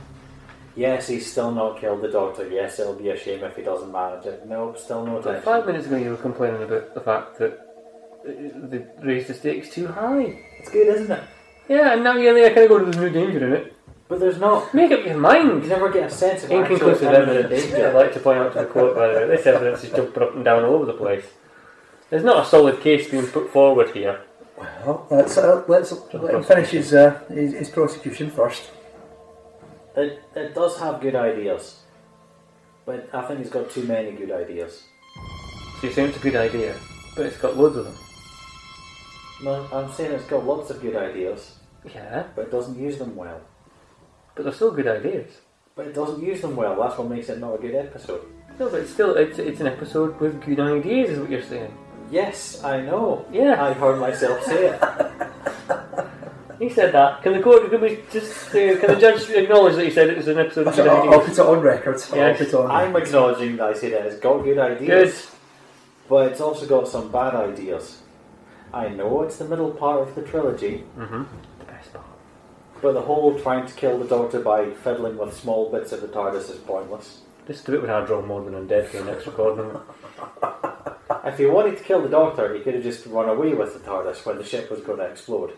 Speaker 1: Yes, he's still not killed the doctor. Yes, it'll be a shame if he doesn't manage it. Nope, still no
Speaker 4: But
Speaker 1: tension.
Speaker 4: five minutes ago, you were complaining about the fact that uh, they raised the stakes too high.
Speaker 1: It's good, isn't it?
Speaker 4: Yeah, and now you're there, kind of go to there's no danger in it.
Speaker 1: But there's not.
Speaker 4: Make up your
Speaker 1: You
Speaker 4: mind.
Speaker 1: never get a sense of actual
Speaker 4: Inconclusive
Speaker 1: imminent
Speaker 4: evidence.
Speaker 1: danger.
Speaker 4: um, I'd like to point out to the court, by the way, this evidence is jumping up and down all over the place. There's not a solid case being put forward here.
Speaker 2: Well, let's, uh, let's let him finish his, uh, his, his prosecution first.
Speaker 1: It, it does have good ideas, but I think he's got too many good ideas.
Speaker 4: So you saying it's a good idea, but it's got loads of them.
Speaker 1: No, I'm saying it's got lots of good ideas,
Speaker 4: Yeah,
Speaker 1: but it doesn't use them well.
Speaker 4: but they're still good ideas.
Speaker 1: But it doesn't use them well. That's what makes it not a good episode.
Speaker 4: No, but it's still it's, it's an episode with good ideas, is what you're saying.
Speaker 1: Yes, I know.
Speaker 4: Yeah.
Speaker 1: I heard myself say it.
Speaker 4: He said that. Can the court can we just uh, can the judge acknowledge that he said it was an episode with
Speaker 2: I'll,
Speaker 4: good
Speaker 2: I'll
Speaker 4: ideas?
Speaker 2: put it on record. I'll
Speaker 4: Yes.
Speaker 2: put it on
Speaker 1: I'm acknowledging that I say that it's got good
Speaker 4: Good.
Speaker 1: ideas, but it's also got some bad ideas. I know it's the middle part of the trilogy,
Speaker 4: The best part.
Speaker 1: but the whole trying to kill the Doctor by fiddling with small bits of the TARDIS is pointless.
Speaker 4: This is the bit when I draw more than undead for the next recording.
Speaker 1: If he wanted to kill the Doctor, he could have just run away with the TARDIS when the ship was going to explode.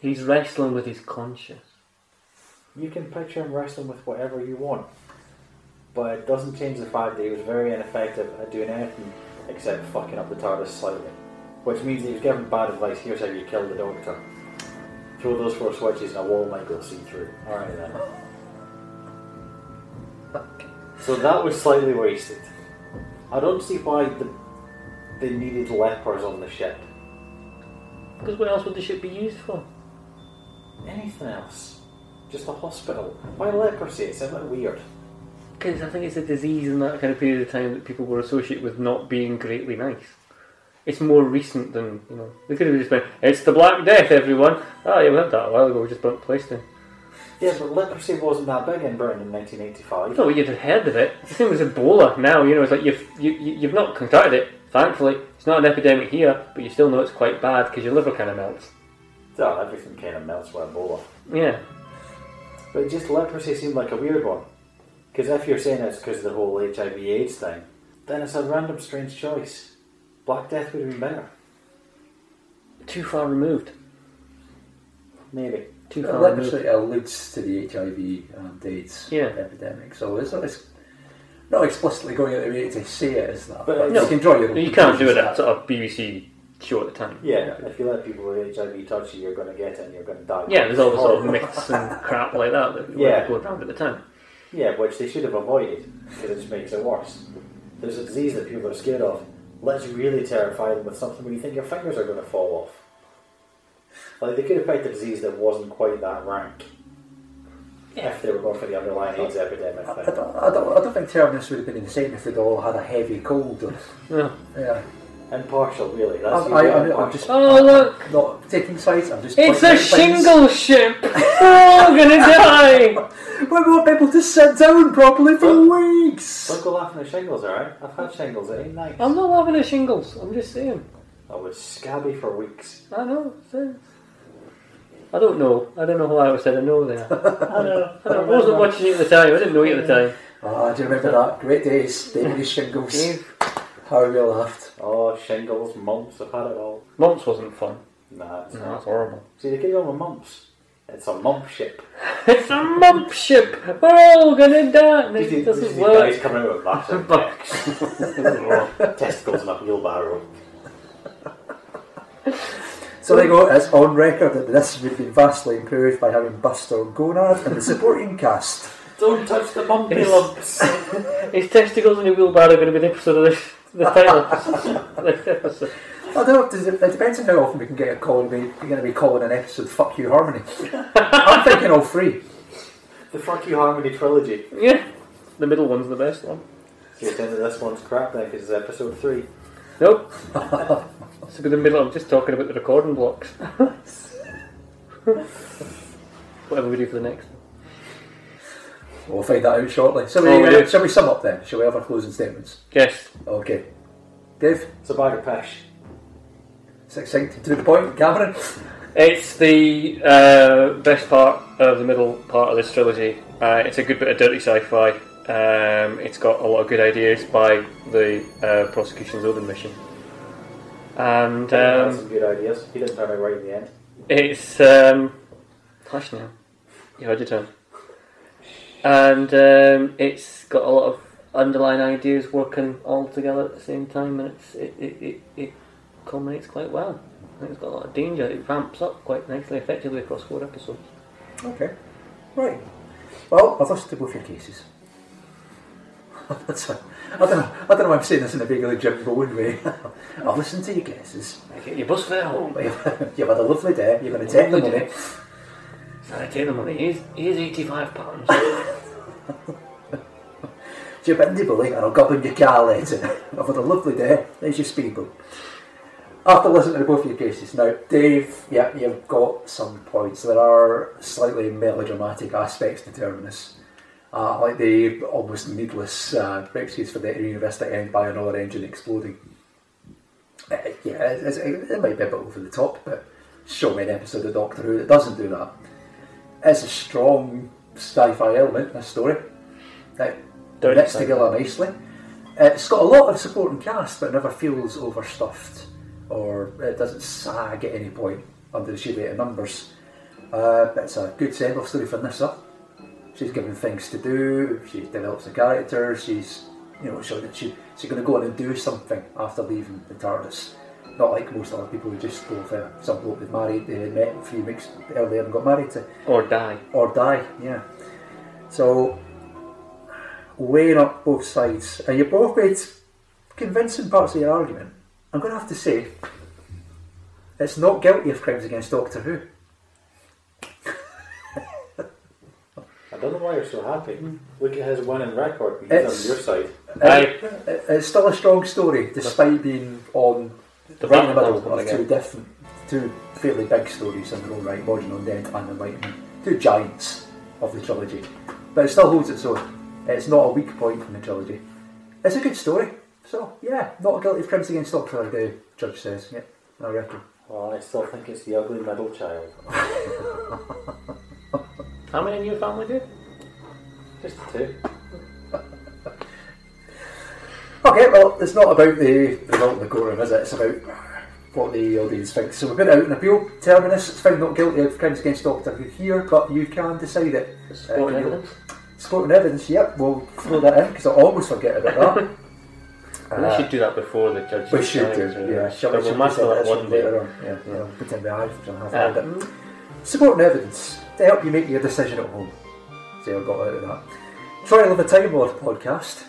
Speaker 4: He's wrestling with his conscience.
Speaker 1: You can picture him wrestling with whatever you want, but it doesn't change the fact that he was very ineffective at doing anything except fucking up the TARDIS slightly. Which means that he was given bad advice here's how you kill the Doctor. Throw those four switches and a wall might go see through. Alright then. So that was slightly wasted. I don't see why the, they needed lepers on the ship.
Speaker 4: Because what else would the ship be used for?
Speaker 1: Anything else? Just a hospital. Why leprosy? It's a bit weird.
Speaker 4: Because I think it's a disease in that kind of period of time that people were associated with not being greatly nice. It's more recent than, you know, they could have just been, it's the Black Death, everyone. Oh, yeah, we had that a while ago, we just burnt the place down.
Speaker 1: Yeah, but leprosy wasn't that big in Britain in 1985.
Speaker 4: No, you'd have heard of it. It's the same as Ebola now, you know, it's like you've, you, you- you've not contracted it, thankfully. It's not an epidemic here, but you still know it's quite bad because your liver kind of melts.
Speaker 1: So everything kind of melts with Ebola.
Speaker 4: Yeah.
Speaker 1: But just leprosy seemed like a weird one. Because if you're saying it's because of the whole HIV/AIDS thing, then it's a random, strange choice. Black Death would have been better,
Speaker 4: Too far removed.
Speaker 1: maybe.
Speaker 4: Too
Speaker 2: Uh,
Speaker 4: far removed.
Speaker 2: Leprosy alludes to the HIV and AIDS
Speaker 4: Yeah.
Speaker 2: um, epidemic, so it's not, it's not explicitly going out of way to say it as that.
Speaker 1: But
Speaker 2: But,
Speaker 1: no,
Speaker 2: you can draw your own
Speaker 4: You can't do it at a
Speaker 2: conclusions.
Speaker 4: sort of BBC show at the time.
Speaker 1: Yeah, if you let people with HIV touch you, you're going to get it and you're going to die.
Speaker 4: Yeah, there's all the sort of
Speaker 1: Horrible.
Speaker 4: myths and crap like that that
Speaker 1: Yeah.
Speaker 4: were going around at the time.
Speaker 1: Yeah, which they should have avoided because it just makes it worse. There's a disease that people are scared of. Let's really terrify them with something where you think your fingers are going to fall off. Like they could have picked a disease that wasn't quite that rank if they were going for the underlying AIDS epidemic
Speaker 2: I
Speaker 1: thing.
Speaker 2: don't, I, don't, I don't think Terminus would have been the same if they'd all had a heavy cold. Or,
Speaker 4: Yeah.
Speaker 2: yeah.
Speaker 1: Impartial, really.
Speaker 2: I,
Speaker 1: That's usually
Speaker 2: I, I'm, I'm
Speaker 1: impartial.
Speaker 2: just
Speaker 4: Oh, look!
Speaker 2: not taking sides, I'm just.
Speaker 4: It's
Speaker 2: pointing
Speaker 4: a
Speaker 2: out things.
Speaker 4: shingle ship! We're all gonna die!
Speaker 2: We won't be able to sit down properly for weeks!
Speaker 1: Don't go laughing at shingles, alright? I've had shingles. It ain't nice.
Speaker 4: I'm not laughing at shingles, I'm just saying.
Speaker 1: I was scabby for weeks.
Speaker 4: I know, thanks. I don't know. I don't know why I said I know there. I don't- I wasn't watching it at the time, I didn't know it at the time.
Speaker 2: Ah, do you remember that? Great days, David Shingles.
Speaker 4: Dave,
Speaker 2: How we laughed.
Speaker 1: Oh, shingles, mumps. I've had it all.
Speaker 4: Mumps wasn't fun.
Speaker 1: Nah, it's
Speaker 2: Mm-hmm.
Speaker 4: No,
Speaker 1: not.
Speaker 4: that's horrible.
Speaker 1: See, they keep on with mumps. It's a mump ship.
Speaker 4: It's a mump ship! We're all gonna die! And
Speaker 1: This
Speaker 4: It
Speaker 1: is- this
Speaker 4: doesn't
Speaker 1: is the guys
Speaker 4: work.
Speaker 1: coming out with massive
Speaker 4: Bucks.
Speaker 1: testicles and a wheelbarrow.
Speaker 2: So there you go, it's on record that this would be vastly improved by having Buster Gonad and the supporting cast.
Speaker 1: Don't touch the bumpy
Speaker 4: Yes.
Speaker 1: lumps.
Speaker 4: His testicles in a wheelbarrow are going to be the episode of this, the title. this episode.
Speaker 2: I don't know, does it, it depends on how often we can get a call, we- we're going to be calling an episode Fuck You Harmony. I'm thinking all three.
Speaker 1: The Fuck You Harmony trilogy.
Speaker 4: Yeah, the middle one's the best one.
Speaker 1: So you think that this one's crap then because it's episode 3.
Speaker 4: Nope. so in the middle, I'm just talking about the recording blocks. Whatever we do for the next.
Speaker 2: We'll find that out shortly. So we,
Speaker 4: Oh, we
Speaker 2: uh,
Speaker 4: do.
Speaker 2: shall we sum up then? Shall we have our closing statements?
Speaker 4: Yes.
Speaker 2: Okay. Dave,
Speaker 1: It's a bag of pish.
Speaker 2: succinct to the point. Cameron,
Speaker 4: It's the uh, best part of the middle part of this trilogy. Uh, it's a good bit of dirty sci-fi. Um, it's got a lot of good ideas by the uh, prosecution's Odin mission, and
Speaker 1: He had some
Speaker 4: um,
Speaker 1: good ideas. He didn't turn out right in the end.
Speaker 4: it's um, hush now. You had your turn, and um, it's got a lot of underlying ideas working all together at the same time, and it's, it, it, it, it culminates quite well. I think it's got a lot of danger. It ramps up quite nicely, effectively across four episodes.
Speaker 2: Okay. Right. Well, I've listened to both your cases. That's fine. I don't know. I don't know. Why I'm saying this in a vaguely Jim Bowen way. I've listened to your cases.
Speaker 4: I get your bus fare home.
Speaker 2: You've had a lovely day. You're going to take the
Speaker 4: Lovely
Speaker 2: money.
Speaker 4: I take the money. Here's, here's eighty-five pounds.
Speaker 2: Jump into bully, and I'll gob in your car later. I've had a lovely day. There's your speedboat. After listening to both your cases, now Dave, yeah, you've got some points. There are slightly melodramatic aspects to Terminus, uh, like the almost needless uh, excuse for the university end by another engine exploding. Uh, yeah, it, it, it might be a bit over the top, but show me an episode of Doctor Who that doesn't do that. It's a strong sci-fi element in this story. It
Speaker 4: Don't
Speaker 2: knits
Speaker 4: think
Speaker 2: together nicely. Uh, it's got a lot of supporting cast, but it never feels overstuffed or it doesn't sag at any point under the sheer weight of numbers. Uh, but it's a good send-off story for Nissa. She's given things to do. She develops a character. She's, you know, showing that she, she's going to go on and do something after leaving the TARDIS. Not like most other people who just go for some bloke they've married, they met a few weeks earlier and got married to,
Speaker 4: or die.
Speaker 2: or die. Yeah. So weighing up both sides, and you both made convincing parts of your argument. I'm going to have to say, it's not guilty of crimes against Doctor Who.
Speaker 1: I don't know why you're so happy. Look at his winning record. He's
Speaker 2: It's-
Speaker 1: on your side.
Speaker 4: Aye.
Speaker 2: It- Uh, It's still a strong story, despite being on
Speaker 4: The
Speaker 2: right in the
Speaker 4: Batman
Speaker 2: middle
Speaker 4: one
Speaker 2: of two
Speaker 4: again.
Speaker 2: different, two fairly big stories in their own right, Modern Undead and Enlightenment, two giants of the trilogy. But it still holds its own. It's not a weak point from the trilogy. It's a good story. So yeah, not guilty of crimes against Doctor Who, the judge says. Yep, I reckon.
Speaker 1: Well, I still think it's the ugly middle child.
Speaker 4: How many in your family did?
Speaker 1: Just two.
Speaker 2: Okay, well, it's not about the result of the courtroom, is it? It's about what the audience thinks. So we put out an appeal. Terminus, it's found not guilty of crimes against Doctor Who here, but you can decide it.
Speaker 4: Supporting
Speaker 2: Uh,
Speaker 4: evidence.
Speaker 2: Sporting evidence, yep, we'll throw that in because I always forget about that.
Speaker 4: we should do that before the judge.
Speaker 2: We should do,
Speaker 4: decides, uh,
Speaker 2: yeah. Shall
Speaker 4: but
Speaker 2: we
Speaker 4: we'll
Speaker 2: should
Speaker 4: master
Speaker 2: decide
Speaker 4: that
Speaker 2: this
Speaker 4: one
Speaker 2: later
Speaker 4: day.
Speaker 2: on? Yeah, yeah. Pretend we have done half
Speaker 4: Um,
Speaker 2: of it. Supporting evidence to help you make your decision at home. See, I got out of that. Trial of a Time Lord podcast.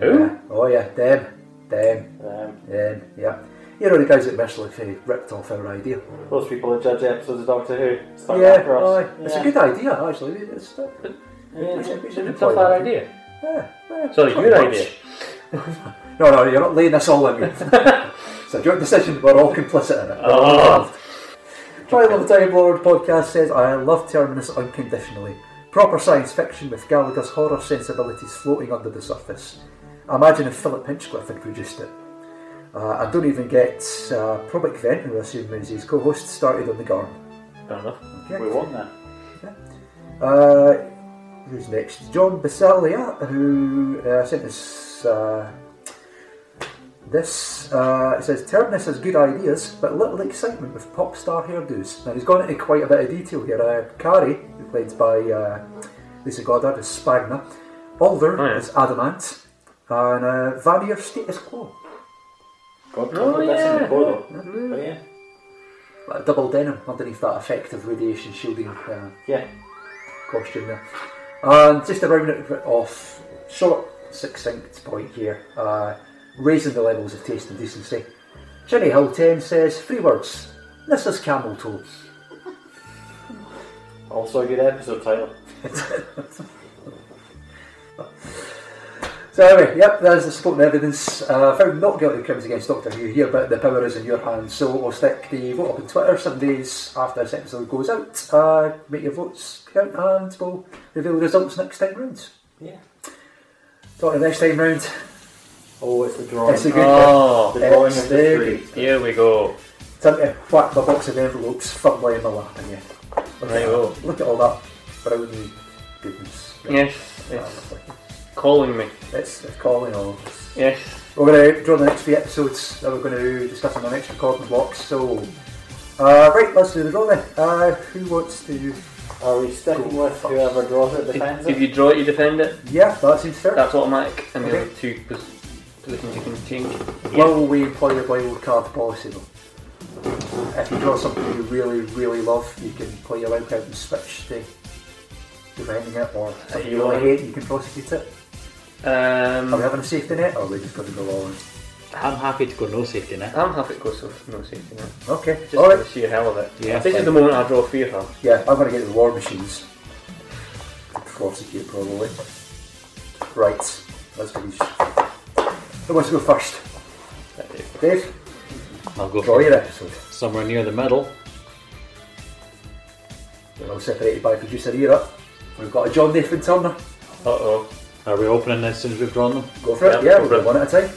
Speaker 4: Who?
Speaker 2: Yeah. Oh yeah, them, them,
Speaker 1: Um,
Speaker 2: them. Yeah, you know the guys at Michelin ripped off our idea.
Speaker 1: those people that judge episodes of Doctor Who. Start
Speaker 2: yeah, oh,
Speaker 1: after us.
Speaker 2: aye. it's a good idea actually. It's, uh, it's, a- it's a good
Speaker 4: It's not a
Speaker 2: point, I
Speaker 4: bad
Speaker 2: think.
Speaker 4: idea.
Speaker 2: Yeah, yeah,
Speaker 4: Sorry,
Speaker 2: not
Speaker 4: your
Speaker 2: much.
Speaker 4: idea.
Speaker 2: No, no, you're not laying this all on me. it's a joint decision. We're all complicit in it. We're all
Speaker 4: Oh.
Speaker 2: involved. Trial of the Time Lord podcast says, I love Terminus unconditionally. Proper science fiction with Gallagher's horror sensibilities floating under the surface. Imagine if Philip Hinchcliffe had produced it. Uh, I don't even get uh, Probic Vent, who I assume is his co host, started on the garden.
Speaker 4: Fair enough.
Speaker 1: We won that.
Speaker 2: Uh, who's next? John Basalia, who uh, sent us uh, this. Uh, it says Terminus has good ideas, but little excitement with pop star hairdos. Now he's gone into quite a bit of detail here. Uh, Carrie, played by uh, Lisa Goddard, is Spagna. Alder
Speaker 4: Oh, yeah.
Speaker 2: is Adamant, and uh, Vanier Status Quo.
Speaker 1: God,
Speaker 4: Oh,
Speaker 1: that's in
Speaker 4: yeah.
Speaker 1: the photo. Oh, yeah.
Speaker 2: Like a double denim underneath that effective radiation shielding uh,
Speaker 1: Yeah.
Speaker 2: costume there. Um, just to round it off, short, succinct point here, uh, raising the levels of taste and decency. Jenny Hill 10 says, three words, this is camel toe.
Speaker 1: Also a good episode title.
Speaker 2: So anyway, yep, there's the supporting evidence. Uh, found not guilty of crimes against Doctor Who here, but the power is in your hands. So we'll stick the vote up on Twitter seven days after this episode goes out. Uh, make your votes count and we'll reveal the results next time round.
Speaker 1: Yeah.
Speaker 2: Doctor, next time round,
Speaker 1: Oh, it's the drawing.
Speaker 2: it's a good
Speaker 4: Oh,
Speaker 1: the drawing
Speaker 2: it's
Speaker 1: of the
Speaker 2: there.
Speaker 1: three.
Speaker 4: here we go.
Speaker 2: Time to whack my box of envelopes firmly in my lap again. Look,
Speaker 4: There
Speaker 2: at,
Speaker 4: you go.
Speaker 2: that. Look at all that brownie goodness.
Speaker 4: Yes, it's calling me.
Speaker 2: It's, it's calling all of us.
Speaker 4: Yes.
Speaker 2: We're going to draw the next few episodes that we're going to discuss on the next recording block. So, uh, right, let's do the draw then. Uh, who wants to?
Speaker 1: Are we sticking with whoever draws it
Speaker 4: If,
Speaker 1: defends
Speaker 4: if
Speaker 1: it?
Speaker 4: you draw it, you defend it.
Speaker 2: Yeah, that seems fair.
Speaker 4: That's automatic, and the
Speaker 2: Okay.
Speaker 4: other two pos- positions you can change.
Speaker 2: Will we employ the wild card policy though? If you draw something you really, really love, you can play your wild card and switch to defending it, or something you really hate, you can prosecute it. Are we
Speaker 4: Um,
Speaker 2: having a safety net, or are we just going to go all in?
Speaker 10: I'm happy to go no safety now.
Speaker 4: I'm happy it goes with no safety net.
Speaker 2: Okay,
Speaker 4: Just
Speaker 2: all
Speaker 4: for the
Speaker 2: right.
Speaker 4: sheer hell of it.
Speaker 10: Yeah,
Speaker 4: this
Speaker 10: fine.
Speaker 4: is the moment I draw fear her.
Speaker 2: Yeah, I'm going to get the war machines. Prosecute probably. Right, let's finish. Who wants to go first? Dave,
Speaker 10: I'll go
Speaker 2: draw
Speaker 10: for
Speaker 2: your episode.
Speaker 10: somewhere near the middle.
Speaker 2: We're all separated by producer era. We've got a John Nathan Turner.
Speaker 10: Uh oh. Are we opening as soon as we've drawn them?
Speaker 2: Go for it. Yeah,
Speaker 4: Yeah, go
Speaker 2: we'll
Speaker 4: for
Speaker 2: do
Speaker 4: it.
Speaker 2: one at a time.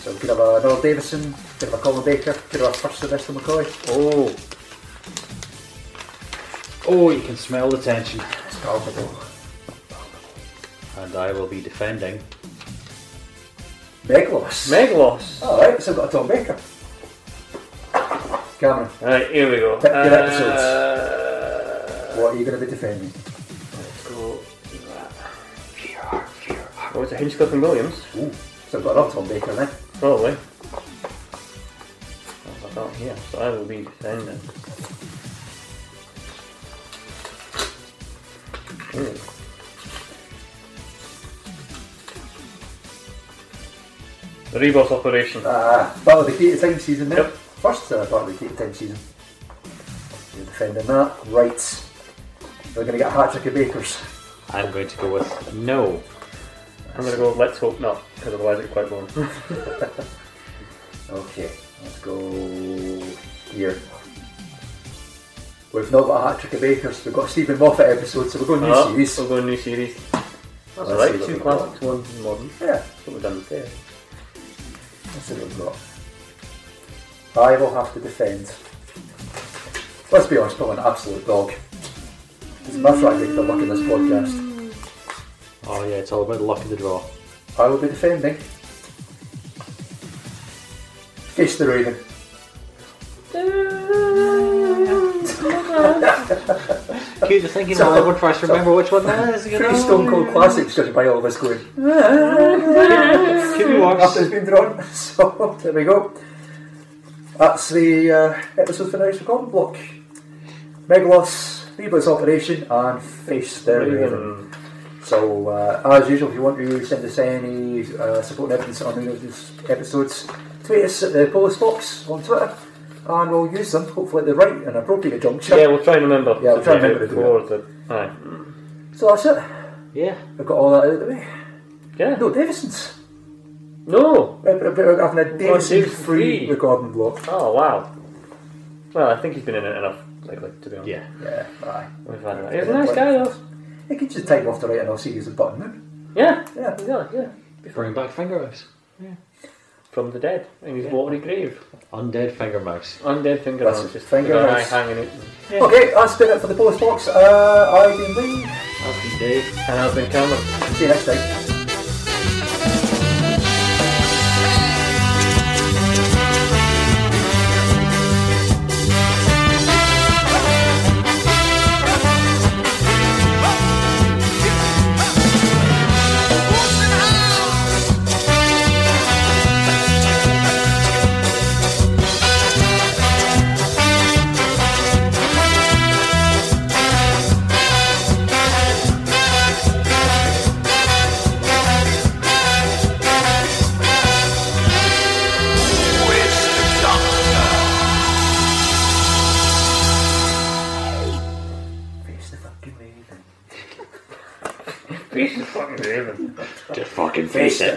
Speaker 2: So we could have a Noel Davison, could have a Colin Baker, could have a first Sylvester McCoy.
Speaker 10: Oh. Oh, you can smell the tension.
Speaker 2: It's palpable.
Speaker 10: And I will be defending.
Speaker 2: Megalos.
Speaker 4: Megaloss.
Speaker 2: Alright, so I've got a Tom Baker. Cameron,
Speaker 4: Right, here we go. Uh,
Speaker 2: Pick your
Speaker 4: episodes.
Speaker 2: what are you going to be defending?
Speaker 4: Oh, it's a Hinchcliffe and Williams,
Speaker 2: Ooh, so I've got another Tom Baker then.
Speaker 4: probably. That's what Oh, I thought, yeah, so I will be defending. Ooh. The Rebus operation.
Speaker 2: Ah, Battle of the Key Time season then.
Speaker 4: Yep.
Speaker 2: First uh, Battle of the Key Time season. You're defending that. Right. We're going to get a hat trick of Bakers.
Speaker 10: I'm going to go with no.
Speaker 4: I'm gonna go, let's hope not, because otherwise it's quite boring.
Speaker 2: Okay, let's go here. We've not got a hat trick of Bakers, we've got a Stephen Moffat episode, so we're going new
Speaker 4: Ah,
Speaker 2: series.
Speaker 4: We're going new series. That's
Speaker 2: Let's see
Speaker 4: alright,
Speaker 2: what
Speaker 4: two
Speaker 2: we've got.
Speaker 4: classics, one modern.
Speaker 2: Yeah,
Speaker 4: That's what we've done there.
Speaker 2: let's see what we've got. I will have to defend. Let's be honest, I'm an absolute dog. It's my track record of luck in this podcast.
Speaker 10: Oh yeah, it's all about the luck of the draw.
Speaker 2: I will be defending. Face the Raven.
Speaker 10: Cute, you're thinking
Speaker 2: So-
Speaker 10: so, I'm trying to remember which one that is. You
Speaker 2: Pretty
Speaker 10: know?
Speaker 2: stone cold classics judged by all of us going.
Speaker 10: Could be
Speaker 2: after
Speaker 10: worse.
Speaker 2: it's been drawn. So there we go. That's the uh, episode for the next recording block. Megalos, Rebus Operation, and Face the
Speaker 4: Um,
Speaker 2: Raven. So, uh, as usual, if you want to send us any uh, supporting evidence on any of these episodes, tweet us at the Polis Box on Twitter, and we'll use them hopefully at the right and appropriate juncture.
Speaker 4: Yeah, we'll try and remember.
Speaker 2: Yeah, we'll try and remember to do
Speaker 4: before the. Aye.
Speaker 2: So that's it.
Speaker 10: Yeah.
Speaker 2: We've got all that out of the way.
Speaker 4: Yeah.
Speaker 2: No Davisons.
Speaker 4: No!
Speaker 2: We're, we're, we're having a Davison-free
Speaker 4: Davison-free.
Speaker 2: recording block.
Speaker 4: Oh, wow. Well, I think he's been in it enough lately, to be honest.
Speaker 10: Yeah.
Speaker 2: Yeah, aye.
Speaker 4: We've had that. He's a nice guy, though.
Speaker 2: It gives you time off to write an all series of button then.
Speaker 4: Yeah,
Speaker 2: Yeah.
Speaker 4: yeah, yeah.
Speaker 10: Bring back Finger Mouse.
Speaker 4: From the dead, in his watery grave.
Speaker 10: Undead Finger Mouse.
Speaker 4: Undead finger
Speaker 2: That's
Speaker 4: arms,
Speaker 2: it.
Speaker 4: just
Speaker 2: Finger
Speaker 4: with an
Speaker 2: arms.
Speaker 4: eye hanging out.
Speaker 2: Okay, that's been it for the post box. Uh, I've been Lee.
Speaker 10: Happy day.
Speaker 4: And I've been Cameron.
Speaker 2: See you next time.
Speaker 7: What's
Speaker 4: face is fucking heaven.
Speaker 10: Just fucking face it.